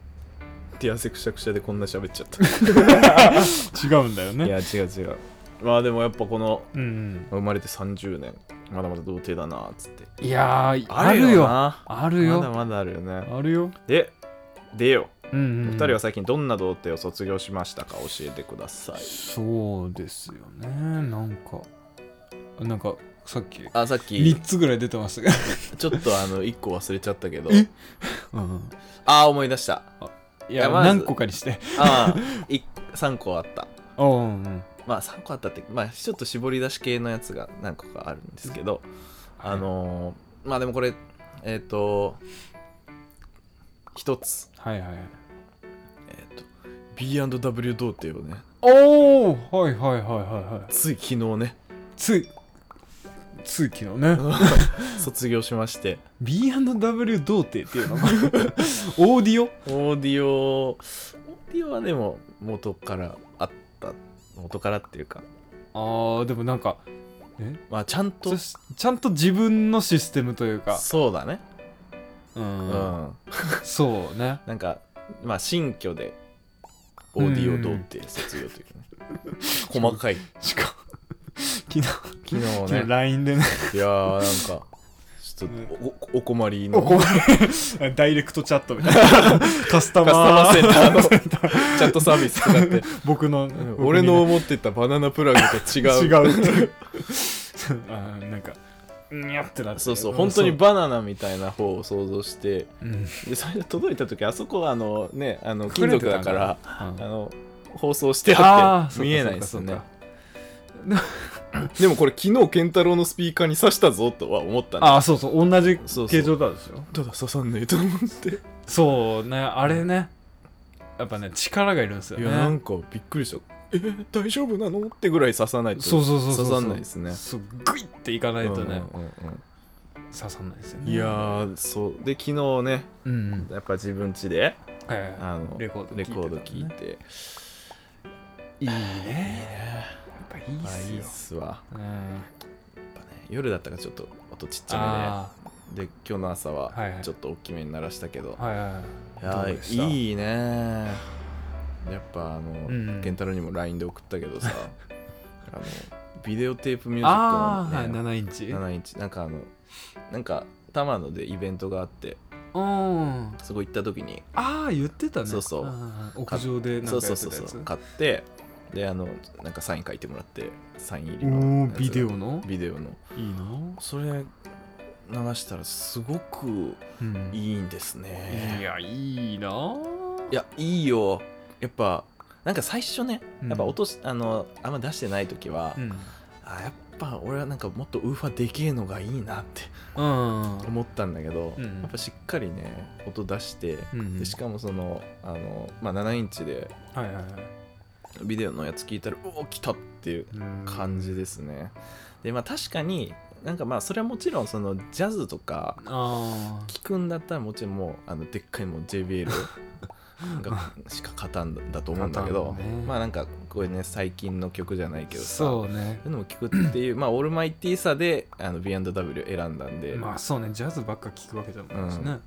手汗くしゃくしゃでこんな喋っちゃっ
違うんだよ
た <laughs> い
ね
や違う違う <laughs> まあでもやっぱこの
うん
生まれて30年まだまだ童貞だなっつって
いやーあるよ
な
ある
まだ
よ
まだあるよね
あるよ
ででよ
うん
お
うん
二人は最近どんな童貞を卒業しましたか教えてください
そうですよねなんかなんかさっき
あさっ
3
き
つぐらい出てましたが、
ちょっとあ
<laughs>
の1個忘れちゃったけど
え <laughs> うん、
ああ思い出した
い
い
や
やまず
何個かにして
あ <laughs> あ3個あった
うんうん
まあ3個あったってまあちょっと絞り出し系のやつが何個かあるんですけどあのーまあでもこれえっ、と一つ
はいはい
えっ、と B&W 童貞をね
おーはいはいはいはいはい
つい昨日ね
ついつい昨日ね <laughs>
卒業しまして
B&W 童貞っていう <laughs> のオーディオ
オーディオオーディオはでも元からあった元からっていうか
あーでもなんかえ
まあちゃんと
そしちゃんと自分のシステムというか、
そうだね
う、
うんん
そうね
なんかまあ新居でオーディオ童貞卒業というかね <laughs> 細かい
しかも昨日
昨日
昨
ね
日 LINE でね
いやーなんかちょっ
ね
とおおお困り
お
の
困るダイレクトチャットみたい
<laughs>
なカスタ
カスタマ
マ
ー
ー
センタ
<laughs>
ーのチャットサービス使って
僕の
俺の思ってたバナナプラグと違
<laughs>
う <laughs>
違うっていうあーなんかにゃってなってる
そうそう本当にバナナみたいな方を想像して
うん
でそれで届いた時あそこはあのねあの金
隠れ
属
てた
だ
ん
か
だ
ら
うん
あの放送してあ
あ
っ
ー
て見えないですよ
そう
ね
か
でもこれ昨日健太郎のスピーカーに刺したぞとは思ったんだ
ああそうそう同じ
そうそう
形状だでしょ
どうだ刺さんねえと思
<laughs>
って
そうねあれねやっぱね力がいるんですよ
いやなん
ね
かびっくりしたえー大丈夫なのってぐらい刺さないと
そうそうそうそう
刺さんないですね
そうグイっていかないとね
うんうんうん
刺さんないですよ
うん
ね
いやーそうで昨日ね
うんうん
やっぱ自分家で
はいは
あの
レコード聞いてたのね
レコード聞いて
いいいねやっぱいいっ
あい
す
い
よ
っすわ
うん
やっぱね夜だったからちょっと音ちっちゃ
あ
めでで今日の朝は
はいはい
ちょっと大きめに鳴らしたけど、
あはいはい
いや
どうでした
ーいいねやっぱあの、
うんうん
健太郎にも LINE で送った
<laughs>
けどさあのビデオテープミュージ
ああ、は
ッ
い、
クの、ね
7インチうん
7インチなんかあのなんか玉野でイベントがあって
あ
そこ行った時に
あ言ってたね
そうそうん
屋上でな
そ
ん
う
か
そ
やっ
う
て
そう
たや
そう
つ
買ってであのなんかサイン書いてもらってサイン入り
お
の
お
やつが
ビデオの
ビデオの
いいな
それ流したらすごく
うん
いいんですね
いやいいない
やいいよやっぱなんか最初ね
うん
やっぱ音し、あのあんま出してない時は、
うん
あやっぱ俺はなんかもっとウーファでけえのがいいなって
うん
思ったんだけど、
うんうん
やっぱしっかりね音出して、
うん
でしかもそのあの、まあ、7インチで
はいはいはい
ビデオのやつ聞いたらうお来たっていう感じですね、でまあ確かになんかまあそれはもちろんそのジャズとか
あ
聞くんだったらもちろんもうあのでっかいもう JBL がしか勝たんだだと思うんだけど、
<laughs> 勝たんね
まあなんかこれね最近の曲じゃない
あ
けどさ
そうね
そういうのも聞くっていうまあオールマイティーさであの B&W 選んだんで、
まあそうねジャズばっか聞くわけじゃないしね、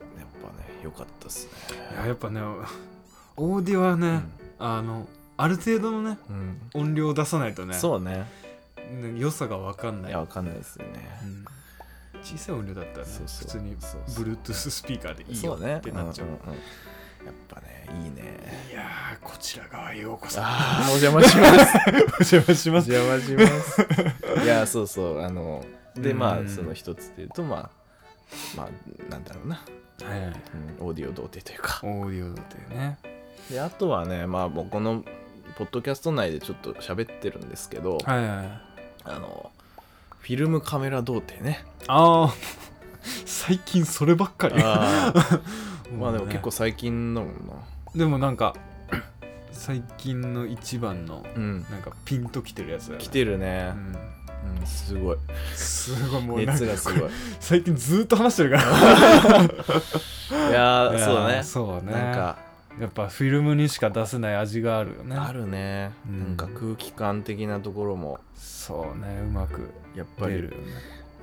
やっぱね良かったっす
いややっぱねオーディオはね、
ね、
あのある程度のね
うん
音量を出さないとね
そうね
ね良さが分かんない
いやわかんないですよね、
うん小さい音量だったらね
そうそ
普
う
通に
そうそう
Bluetooth スピーカーでいい
そ
よ
うね
ってなっちゃう
うんうんうんやっぱねいいね
<laughs> いやーこちら側へようこそ
ああお邪魔します <laughs>
お邪魔します
邪魔し
<laughs>
ますいやそうそうあのでま
う
あ
ん
その一つでいうとまあまあなんだろうな、
はいはい
うんオーディオ童貞というか
オーディオだったよね
であとはねまあもうこのポッドキャスト内でちょっと喋ってるんですけど、
はいはいはい
あのフィルムカメラ童貞ね
ああ最近そればっかり
あ <laughs> まあでも結構最近だもんな
でもなんか最近の一番の
うん
なんかピンときてるやつだよね
来てるね
う、ん
うん、すごい
すごいもうなん
熱
か
がすごい
最近ずーっと話してるから
いやー
いやー
そうだね
そうね
なんか
やっぱフィルムにしか出せない味があるよね
あるね、
うん
なんか空気感的なところも
そうねうまく
やっぱ
出
り
るよね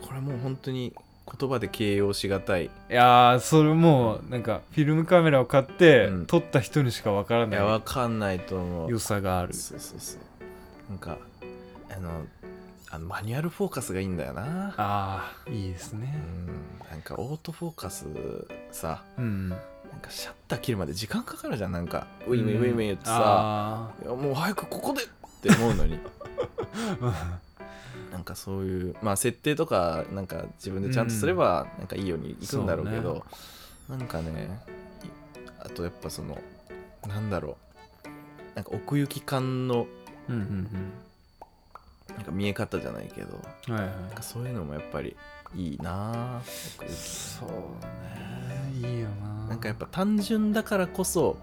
これもう本当に言葉で形容しがたい
いやーそれもうなんかフィルムカメラを買って、
うん
撮った人にしかわから
い
な
やわ
い
かんないと思う
良さがある
そうそうそうなんかあのあのマニュアルフォーカスがいいんだよな
あーいいです
う
ね
んなんかオートフォーカスさ
うん
なんかシャッター切るまで時間かかるじゃんなんかウィンウィンウィンウィンって
あ
さ、いやもう早くここでって思うのに <laughs>
ー
なんかそういうまあ設定とかなんか自分でちゃんとすればなんかいいようにいくんだろうけど、なんかねいあとやっぱそのなんだろうなんか奥行き感の
うんうん
なんか見え方じゃないけど
うんはいは
なんかそういうのもやっぱりいいなぁ奥
い
行
そうねいいよな
きなんかやっぱ単純だからこそ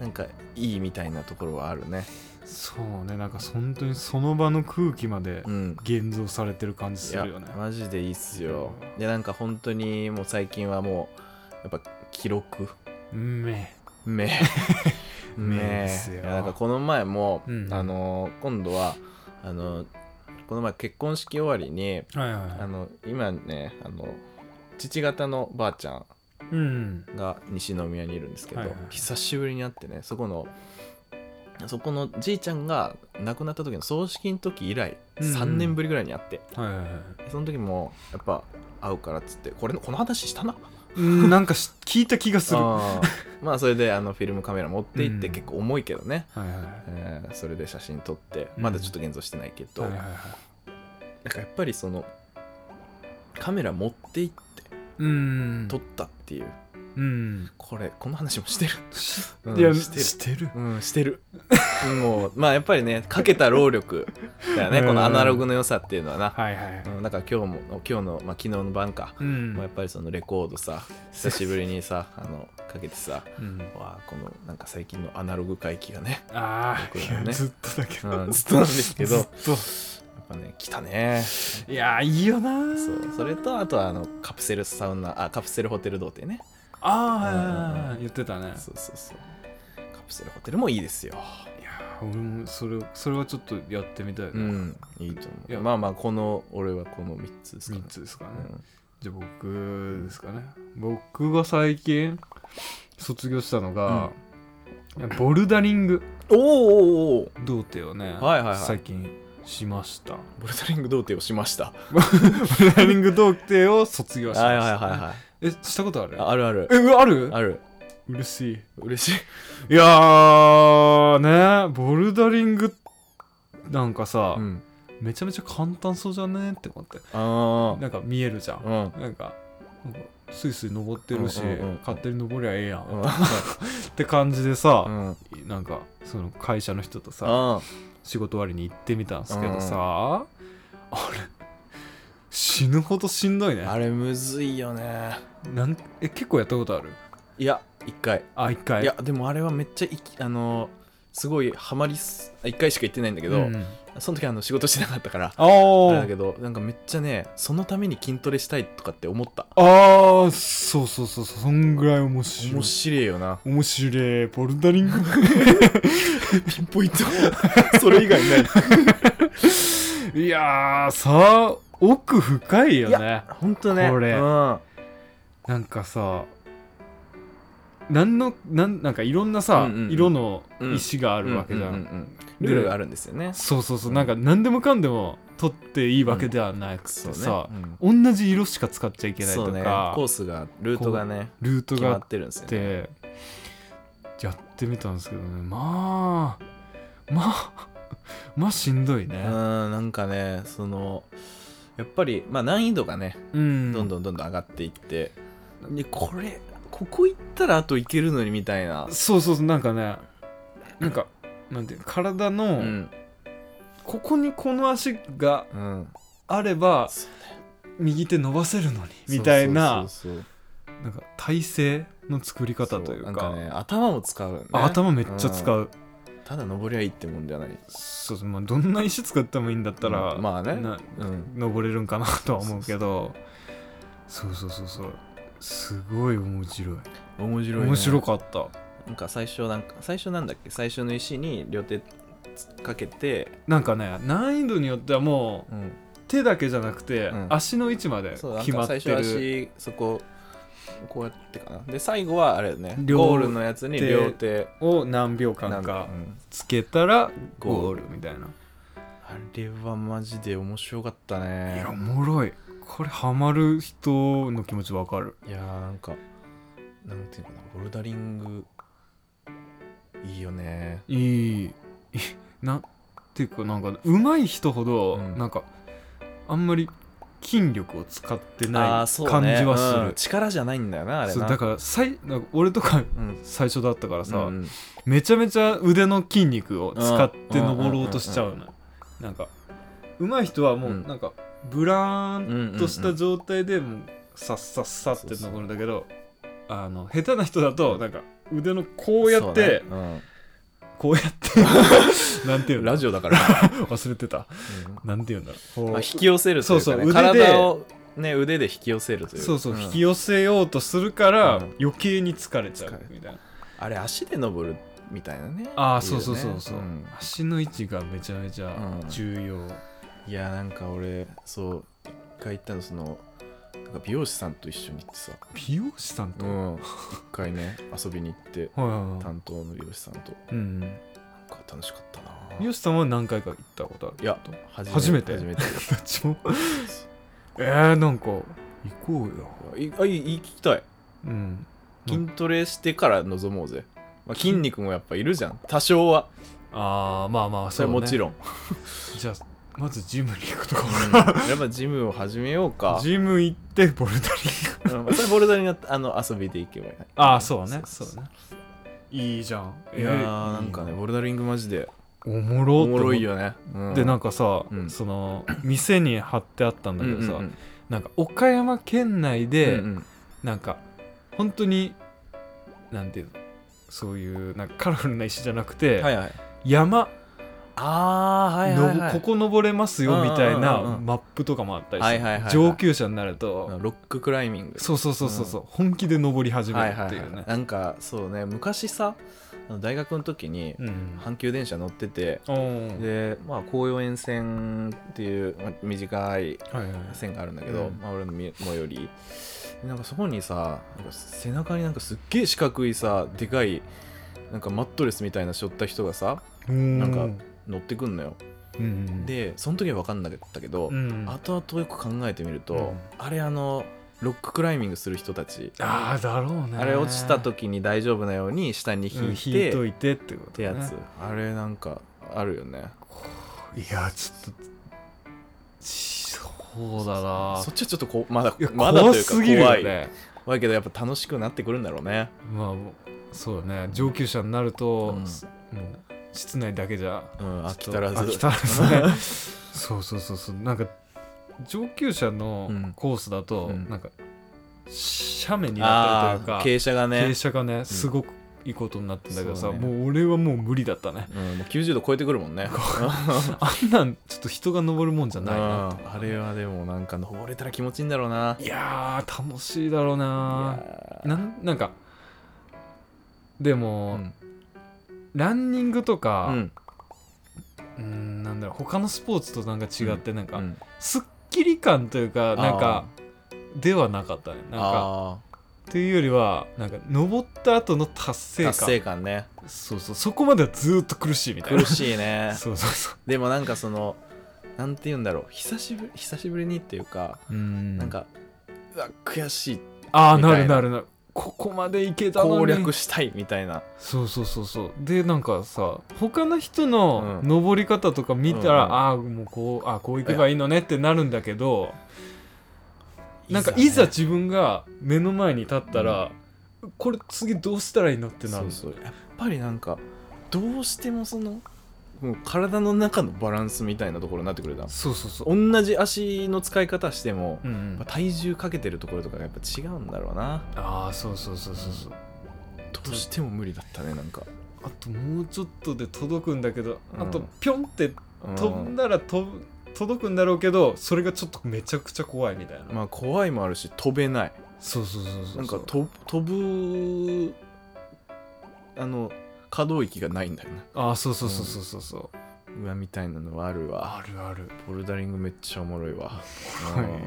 なんかいいみたいなところはあるね
そうねなんか本当にその場の空気まで
うん
現像されてる感じ
い
す
や
るよね
マジでいいっすよでなんか本当にもう最近はもうやっぱ記録
うんめ
目
<laughs> 目
目
ですよ
いやなんかこの前も、
うん
あのー今度はあのーこの前結婚式終わりに
はいはい
あ
は
の今ねあの父方のばあちゃん
いうん
が西宮にいるんですけど、
はいはいはい
久しぶりに会ってねそこのそこのじいちゃんが亡くなった時の葬式の時以来
うんうん
3年ぶりぐらいに会って、
はいはいはい
その時もやっぱ会うからっつってこれのこの話したな
うんなんかし聞いた気がするは
あー <laughs> まあそれであのフィルムカメラ持って行って
うん
結構重いけどね、
いはいはい
えーそれで写真撮って
うん
まだちょっと現像してないけど、
はいはい
なん
はい
かやっぱりそのカメラ持って行って
うん
撮ったっていう、
うん
これこの話もしてる
し
うん
いや
してる
してる
うん、してる。もう、まあやっぱりね、かけた労力だよね、
うん
このアナログの良さっていうのはな。
はいはい
うん、だから今日も、今日の、まあ昨日の晩か、
うん
もうやっぱりそのレコードさ、久しぶりにさ、あの、かけてさ、
うん
わあ、このなんか最近のアナログ回帰がね、
あ
僕らは
あ
ね
ずっとだけ
う
ど
ん、ずっとなんですけど、
<laughs> ず
や
っ
っぱね、来たね。
といやーいいよなー
そう、それと、あとはあの、カプセルサウナ、あ、カプセルホテル童貞ね。
ああ、
うんうんうん
言ってたね
そうそうそう。カプセルホテルもいいですよ。
いやー俺もそれそれはちょっとやってみたいな、
うん、いいと思う。
いや
まあまあ、この、俺はこの3つですかね
3。つですかね、
うん
じゃあ僕ですかね僕が最近卒業したのが、ボルダリング
おーおーおー
童貞をね、
はいはいはい
最近しました
ボルダリング童貞をしました。
ボルダリング童貞を卒業しました、
い。
えしたことある
あるある。
えうわある
ある。
嬉しい
嬉しい。
いやーねボルダリングなんかさ、
うん。
めちゃめちゃ簡単そうじゃねって思って
あ
なんか見えるじゃ
あ。
ん、
うん。
なんかなんかスイスイ登ってるし、
うんうんうんうん
勝手に登りゃええやん、
う
っ
ん。
て感じでさ、
うん。
なんかその会社の人とさ
あ
仕事終わりに行ってみたんですけどさ、あれ死ぬほどしんどいね
あれむずいよね。
なんえ結構やったことある
いや、一回。
あ一回
いや、でもあれはめっちゃいき、あの、すごいハマりす、あ一回しか行ってないんだけ
う
ど、
ん
その時あの仕事してなかったから。
あ
あれだ
ー
けど、なんかめっちゃね、そのために筋トレしたいとかって思った。
あーそうそうそうそうそんぐらい面白い
面白いよな。
面白いボルダリング
<laughs> ピンポイント。 <laughs> それ以外ない。 <laughs>
いやーさ奥深いよ
い
ね
ほんとね。
これ
うん。
なんかさなんのなんなんかいろんなさ、
うんうんうん
色の石があるわけじゃ
うんうんんうん
で
ルールがあるんですよね
そうそうそう、
うん
なんか何でもかんでも取っていいわけではなく
そ
て
うね
さ、
うん
同じ色しか使っちゃいけない
そ
と
うね
か、
コースがルートがね
ルート
決
が
ま
あっ
ってるんですよね
てやってみたんですけどねまあまあまあしんどいね
う、んなんかねそのやっぱりまあ難易度がね
うん、
どんどんどんどん上がっていってでこれここ行ったらあといけるのにみたいな
そうそうそうなんかねなんかなんていうの体の、
うん
ここにこの足が
うん
あれば
そうね
右手伸ばせるのにみたいな
そうそうそう
なんか体勢の作り方というか
そなんかね頭も使う、ね、
あ頭めっちゃ使う、
ただ登りゃいいってもんじゃない
そうそうまあ、どんな石使ってもいいんだったら、
うんまあね
な
うん
登れるんかなとは思うけどそうそうそうそうすごい面白い
面白い、ね、
面白かった、
なんか最初なんか最初なんだっけ最初の石に両手つかけて、
なんかね難易度によってはもう
うん、
手だけじゃなくて、
うん
足の位置まで決
そうなん
ま
か
って
最
る
初足そここうやってかなで最後はあれだね
両
ゴールのやつに両手
を何秒
な
間
ん
か
うん
つけたら
ゴ
ゴ
ー
ー
ル
ルみたいな、
あれはマジで面白かったね
いやおもろいこれハマる人の気持ちわかる
いやーなんかなんていうのかなボルダリングいいよね
い <laughs> いなっていうかなんか上手い人ほど、
うん
なんかあんまり筋力を使って
あ
な
ー
い
そう
感
ね
じはす
うん
る
力じゃないんだよなあれ
そう
な
だからさいなんか俺とか <laughs>
うん
最初だったからさ、
うん
めちゃめちゃ腕の筋肉を使って登ろうとしちゃうのなんか上手い人はも
う
うんなんかブラ
うん
ー
う
ン
んうん
とした状態でもうさっさっさって登るんだけどあの下手な人だとなんか腕のこうやっ
そうね
て
うん
こうやって <laughs> なんていうの
ラジオだ
<laughs>
から、
忘れてたなんていうんだろうこう
まあ、引き寄せるというか、
そう
ね、
そう腕で
体を、ね、腕で引き寄せるという
そうそう、
ん
引き寄せようとするから、
うん
余計に疲れちゃ
疲
う
れる
みたいな
あれ足で登るみたいなね
ああ
いいよ
そう
ね
そうそうそう、
ん
足の位置がめちゃめちゃ重要、
いやなんか俺そう一回行ったのそのなんか美容師さんと一緒に行ってさ、
美容師さんと、
うん、一回ね遊びに行って
はいはいはい
担当の美容師さんと
うん、
なんか楽しかったな
美容師さんは何回か行ったことある
いや
ど
初めて
初
初め
っちも <laughs> えー、なんか行こうよ、
ていあいいいい聞きたい
うん、
筋トレしてから臨もうぜ、まあ、筋肉もやっぱいるじゃん多少は
ああまあまあ
それはもち
ん
ろん、
じゃあまずジムに行くとこ
やっぱジムを始めようか
ろ <laughs> ジム行ってボルダリング
うんまあそれボルダリングはあの遊びで行けばいい
ああそうねそうねいいじゃん
いやーなんかねボルダリングマジで
おもろ
お
って思
も
っ
ろいよね、うん
でなんかさ、
うん
その店に貼ってあったんだけどさ、
うんうん
なんか岡山県内
うん
で、
うんうん
なんか本当になんていうのそういうなんかカラフルな石じゃなくて、
はいはい
山、
ああーはいはい、はい、
のぼここ登れますよみたい
うんうんうん
な
うん
マップとかもあったりして、
はいはいはいはい
上級者になると、
ロッククライミング
そうそうそうそうそう、本気で登り始
は
め
い
るっ
は
て
い
いうね、
はいなんかそうね昔さあの大学の時に
うん
阪急電車乗ってて、
うん
でまあ紅葉沿線っていう、まあ、短い
はいはい
線があるんだけど、
うん
まあ、俺のみ最寄りでなんかそこにさなんか背中になんかすっげえ四角いさでかいなんかマットレスみたいなしょった人がさ
うん
なんか乗ってくんのよ
うん
でその時は分かんなかったけど、
うん
後々よく考えてみると、
うん
あれあのロッククライミングする人たち
ああだろうね
あれ落ちた時に大丈夫なように下に
うん
引いて、
引いと
っ
いてってこと、ね、
てやつ、あれなんかあるよね
いやちょっとそうだな
そっちはちょっとこうまだ
いや
まだと
怖
いうか
すぎるよ
怖い、
ね
怖いけどやっぱ楽しくなってくるんだろうね
まあもうそうだね上級者になると、
うん
すもう室内だけじゃ
うん飽
ち
き
ょっと
足ら
飽
ず
き足
<laughs>
らずねそうそうそうそうなんか上級者の
うん
コースだと、
うん
なんか斜面にな
あ
ってるという
あ
か
ー傾斜がね
傾斜がねすごくいいことになってんだけどさ、
そうね
もう俺はもう無理だったね
うん、もう90度超えてくるもん
<laughs>
ね
あんなんちょっと人が登るもんじゃ
うん
ないな
あれはでもなんか登れたら気持ちいいんだろうない
やー楽しいだろうないな
や
んなんかで
ー
も、
うん
ランニングと
う
か、
ん
うん、なんだろう他のスポーツとなんか違って、なんか、
うん
すっきり感というかなんか
あ
ではなかったね
ー
なんか
あ
っていうよりはなんか登った後の達
ー
成感
達成感ね
そうそうそこまではずーっと苦しいみたい
苦
な
しいね
<laughs> そうそうそ
でもなんかそのなんて言うんだろう久しぶり久しぶりにっていうか、
ううん
なんかうわ悔しい
ああ
みた
な
いな
るなるなるここまでいけたのに
攻略したいみたいな
そうそうそうそうでなんかさ他の人の
うん
登り方とか見た
うんう
ら、
ん
ああもうこうあーこう行けばいいのねってなるんだけどなんか
ね
いざ自分が目の前に立ったら、これ次どうしたらいいのってなる
そうそうやっぱりなんかどうしてもそのもう体の中のバランスみたいなところになってくれた
そうそうそう
同じ足の使い方しても、
うんう
やっ
ん
ぱ体重かけてるところとかがやっぱ違うんだろうな
ああそうそうそうそうそう
どうしても無理だったねなんか
あともうちょっとで届くんだけど、
うん
あとピョンって
うん
飛んだら飛ぶ届くんだろうけどそれがちょっとめちゃくちゃ怖いみたいな、
まあ怖いもあるし飛べない
そうそうそうそう
なんかと飛ぶあの可動域がないんだよな
ああそうそうそうそうそうそう
上みたいなのはあるわ
あるある
ボルダリングめっちゃおもろいわ う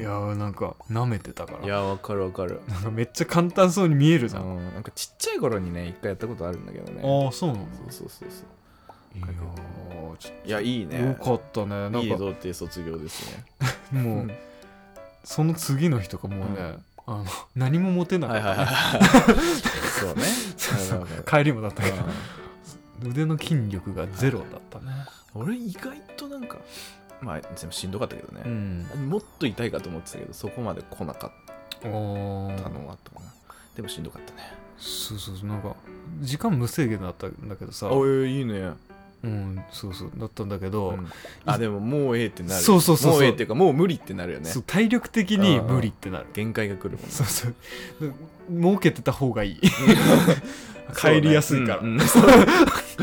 <laughs>
ん
いやーなんか舐めてたから
いやわかるわかる
なんかめっちゃ簡単そうに見えるじゃん、
うんなんかちっちゃい頃にね一回やったことあるんだけどね
ああそうなんだ
そうそうそうそう
いやーちょっ
いやいい
と
ね
よかったねなんか
いい童貞卒業です
<laughs>
ね
もう、
うん
その次の日とかもうね、あの何も持てなか
は
っ
い
た、
はいはいそうね
そうそう
わかるわか
帰りもだったけ
る
ど、腕の筋力がゼロだったね、
うん俺意外となんかまあでもしんどかったけど
う
ね、
ん
もっと痛いかと思ってたけどそこまで来なかっ
おー
たのはあったかなでもしんどかったね
そうそうそうなんか時間無制限だったんだけどさ
おいいいね、
うんそうそうだったんだけど、
うんあでももうええってなる
そうそうそうそう
もうええっていうかもう無理ってなるよね
そう体力的に無理ってなる
限界が来るもんね
そうそう儲けてた方がいい
<laughs> そうね
帰りやすいから
うんうん <laughs> 確かに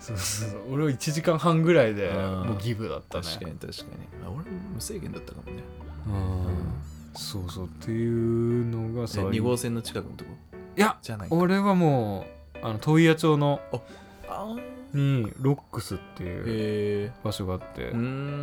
そうそうそう俺は1時間半ぐらいで
うん
もうギブだったね
確かに確かにあ俺も無制限だったかもね
うんそうそうっていうのがさ
2号線の近くのとこ
いや
じゃない
俺はもうあの問屋町の
あー
にロックスっていう
へ
場所があって、
えうー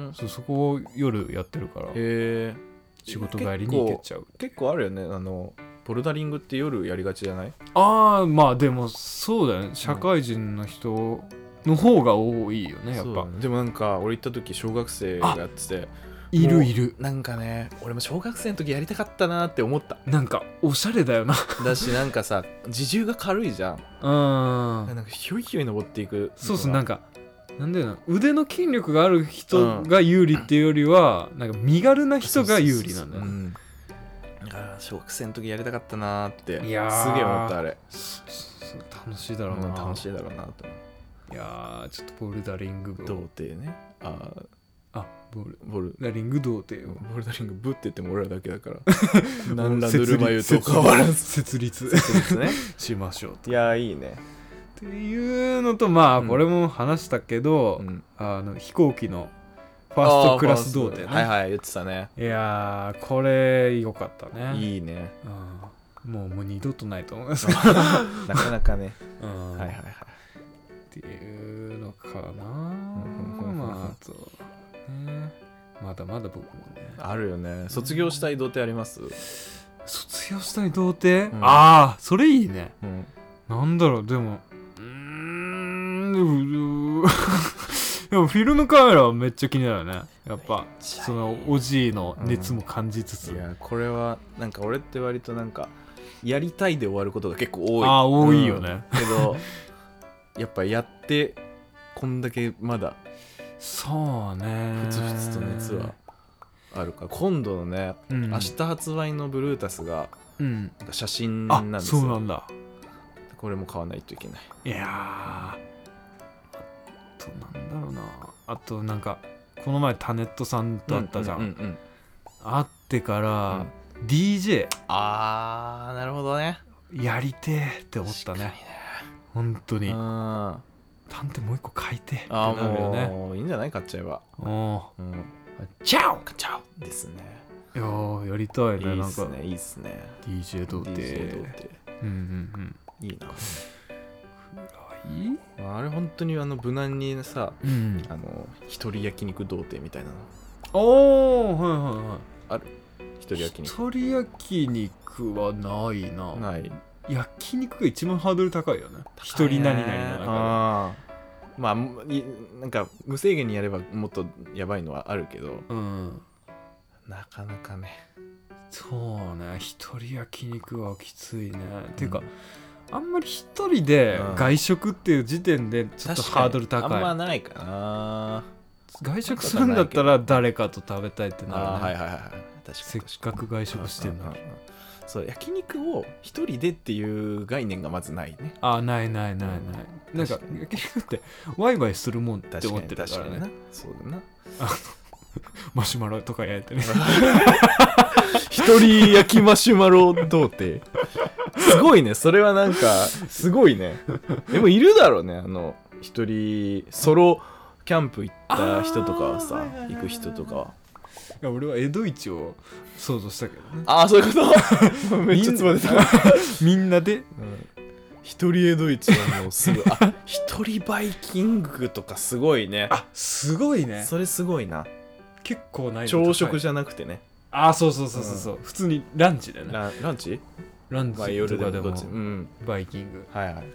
ん
そうそこを夜やってるから
へえ
仕事帰りに行けちゃう
結構あるよねあのボルダリングって夜やりがちじゃない
ああまあでもそうだよね社会人の人の方が多いよねやっ
そう
ぱ
だねでもなんか俺行った時小学生がやってて
いるいる
なんかね俺も小学生の時やりたかったなって思った
なんかおしゃれだよな
だしなん
<laughs>
かさ自重が軽いじゃん
うん
なんかひょいひょい登っていく
そうそう
な
なんんかなんだよな腕の筋力がある人が有利っていうよりは、なんか身軽な人が有利なんだよ、ね、
うんだから小学生の時やりたかったなーって
いやー
すげえ思ったあれ
そそ楽しいだろうな、
うん楽
い
しいだろうなと思う
やーちょっとボルダリング部を
童貞ねあー
あボル
ボル
ダリング童貞を
ボルダリングぶって言っても俺らだけだから
<laughs>
何らぬるま湯と変わらず
設立
です <laughs> ね
しましょうと
いやーいいね
っていうのとまあ
うん
これも話したけど、
うん
あの飛行機のファーストクラス童貞ね、
はいはい言ってたね
い、やーこれ良かったね
い
<laughs>
いね <laughs>
うん、もうもう二度とないと思います、
なかなかね
うん
はいはいはい
っていうのかな
うん
まああとねまだまだ僕もね
あるよね卒業したい童貞あります
卒業したい童貞、
うん
ああそれいいね
うん
なんだろうでもうーんでもうー <laughs> でもフィルムカメラはめっちゃ気になるねやっぱそのおじいの熱も感じつつ、
いやこれはなんか俺って割となんかやりたいで終わることが結構多い
あー多いよね
うんけどやっぱやってこんだけまだ
そうね
ふつふつと熱はあるから今度のね、
うん
明日発売のブルータスが
うん
なんか写真な
あ
んです
そうな
よ
んだ
これも買わないといけない
いやーあとなんだろうなあとなんかこの前タネットさんと会ったじゃん,、
うううう
会ってから、DJ
あーなるほどね
やりてえって思ったね本当に
あ
探偵もう一個書いてえって
あ
な
ー
るよね
もういいんじゃない買っちゃえば
おお
うん
チャオ
買っちゃおうですね
いやーやりたい
い
ね
い
な
っ
ん
す
か
ねいいっすね
DJ 童貞
DJ 童貞
うんうん
いいな
うん
まああれ本当にあの無難にさ
うん
あの一人焼肉童貞みたいなの
おおはいはいはい
一人焼肉
一人焼肉はないな
ない
焼肉が一番ハードル高いよね一人何々の中
あーまあむいなんか無制限にやればもっとやばいのはあるけど
でうん
なかなかね
そうね一人焼肉はきついね、て
て
いうか
か
あんまり一人で
うん
外食っていう時点でちょっと
確かに
ハードル高い、
あんまないかな
外食するんだったら誰かと食べたいってなるね
あーはいはいはいはい確かに
せっかく外食してんの
の
に
そう焼肉を一人でっていう概念がまずないね
あーないないないない、なんか
確かに
結局ってワイワイするもんって思ってるから
確かにな
ね
そうだな
マシュマロとか焼いてね
一人焼きマシュマロ童貞すごいねそれはなんかすごいねでもいるだろうねあの一人ソロキャンプ行った人とかは
あー
さ
はいはいはいはい
行く人とかはい
や俺は江戸市を想像したけどね
ああそういうこと <laughs> めっちゃつまれた
みんなで
一人江戸一はもうすごいあ一人バイキングとかすごいね
あすごいね
それすごいな
結構ない
朝食じ
ゃ
ゃなくてね
あそうそうそうそうそう、普通にランチだよね
ランランチ
ランチ
まあ
と
夜で
か
も
で
ど
も
っちうん
バイキング
はいはい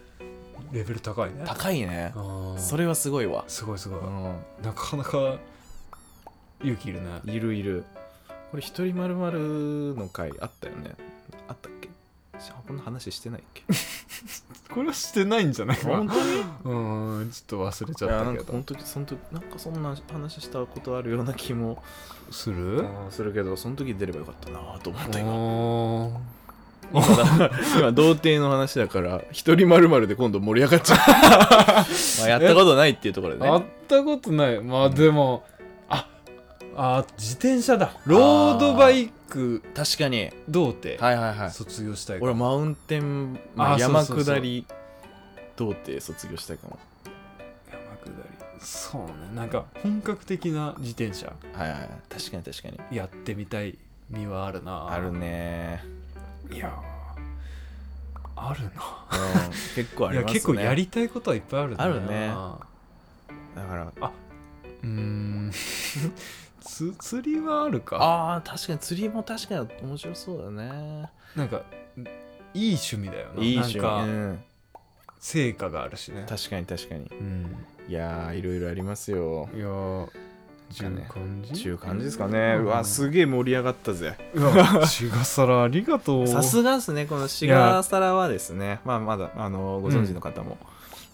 レベル高いね
高いね
あー
それはすごいわ
すごいすごい、
うん
なかなか勇気いるね
いるいるこれ一人まるまるの回あったよねあったっけしこんな話してないっ
<laughs>
け
これはしてないんじゃないか
本
な
当に
うんちょっと忘れち
いや
ゃ
な
っ
ん
た
か
けど
本当にその時なんかそんな話したことあるような気も
する
するけどその時出ればよかったなと思った今
おー
今 <laughs> 今童貞の話だから一人まるまるで今度盛り上がっちゃう <laughs> まあやったことないっていうところで
会っ
ね
たことないまあでも、ああ自転車だロードバイク
確かに
童貞、
はいはいはい
卒業したい
俺マウンテン、
あ
まあ、
ー
山
そうそうそう
下り童貞卒業したいかも
山下りそうねなんか本格的な自転車
はいはいはい確かに確かに
やってみたい身はあるな
あるね
いやーあるな、
うん結構あ
い
り
や
ますね
結構やりたいことはいっぱいあるんだよな
あるねだから
うーん <laughs> つ釣りはあるか
ああー確かに釣りも確かに面白そうだね
なんかいい趣味だよない
い趣味
なん
う
か
ん
成果があるしね
確かに確かに
うん
いやーいろいろありますよ
いやー
なんかね
中感じ
中感じですかね、うわ
げ
すげえ盛り上がったぜ
<laughs> えシガサラありがとう
さすがですね、このシガーサラはですね、まあ、まだあのご存知の方も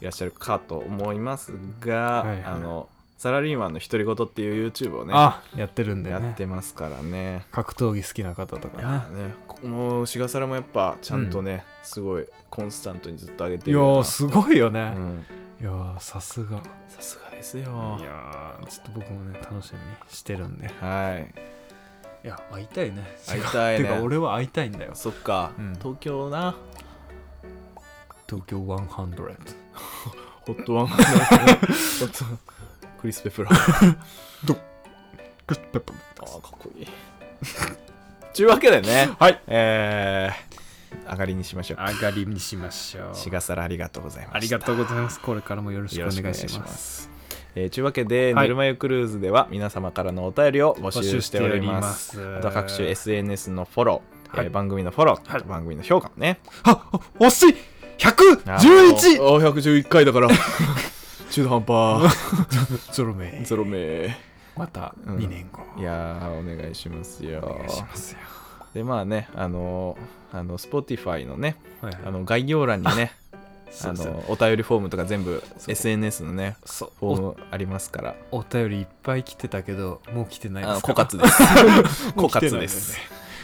いらっしゃるかと思いますが、
うんはいはい
あのサラリーマンの独り言っていう YouTube をね、
あやってるんだ
や
よ
っ
ね
てますからね。
格闘技好きな方とかね
いやね、このシガサラもやっぱちゃんとね、すごいコンスタントにずっと上げ
い
て
や
る
ー
よ
すごいよ
うな
ね、
うん
いやーさすが
さすがですよ
い。やーちょっと僕もね楽しみにしてるんで
はい。
いや会いたいね
会いたいね
てか俺は会いたいんだよ
そっか、
うん
東京な、
東京100
ホッ
<laughs>
トワンホットクリス・ペプラー。あーかっこいい。ちゅうわけでね。
はい。
えー、上がりにしましょう。
上がりにしましょう
しがさらありがとうございました。
ありがとうございますこれからもよろしく
よ
お
ろしくお
願
願
い
い
し
し
ま
ますす。えー、ちゅうわけで、
はい
ぬるま湯クルーズでは皆様からのお便りを募
募
集
集
し
してて
お
お
り
り
ま。
ますす
あと各種 SNS のフォロー、
はい
えー番組のフォロー、
はい
あと番組の評価もね。
ああ惜しい
あー
111!
あー !111 回 <laughs> だから、中途半端、
ゾロ目
ゼロ名。
また
うん
2年後、
いやー、お願いしますよ。
お願いしますよ
で、まあね、あのー、あの Spotify のね、
はい
あの概要欄にね、
そ
あ
うそう
のお便りフォームとか全部
そう
SNS のね
そう
フォームありますから
おお便りいっぱい来てたけどもう来てない
あ
で
の
すか
枯渇です枯渇
もう来てない
で
です
す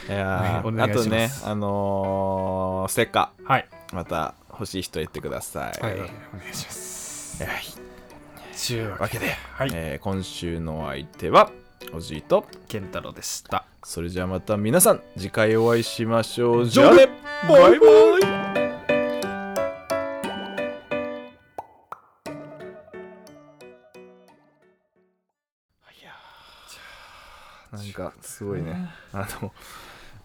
ね
いや
お
ー
願
あ
いします
とねあのーステッカ
はい、
ーまた欲しい人言ってください、
はい、お願いします
はい
というわ
わ
け
け
で
で、
はい、
えー今週の相手はおじいと
健太郎でした
それじゃあまた皆さん次回お会いしましょう
じゃあね
バイバイなんかすごいねあの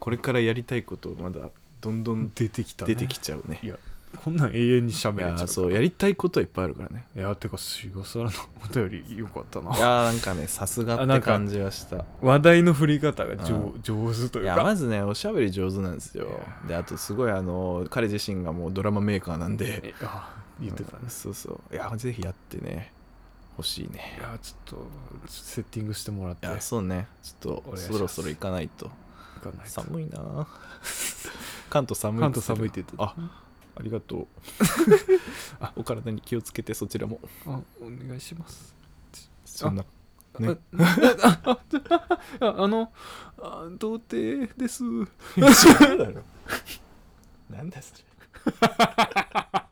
これからやりたいことまだどんどん
出てきた、
出てきちゃうね
いやこんなん永遠に
い
喋れ
や
ちゃ
ー
う
そうやりたいことはいっぱいあるからね
いやてかシゴサラのお便りよかったない
やーなんかねさすが
あ
っ
なん
て
か
感じはした
話題の振り方が上,、
う
上手と
い
いう
や
か
まずねおしゃべり上手なんですよであとすごいあの彼自身がもうドラマメーカーなんで
えあ言ってたん
うん
です、
そうそういやぜひやってね欲しいね
いやちょっとセッティングしてもらっ
い
て
やそうねちょっ
お
と
願いします
そろそろ行かないと
いかないと
寒いなあ関東寒い
関東寒いって言ってた
あありがと
<laughs>
うあお体に気をつけてそちらも
あお願いします
そんな
ね
ね、
あああああのあ童貞です
<laughs> 違うだろなんだそれ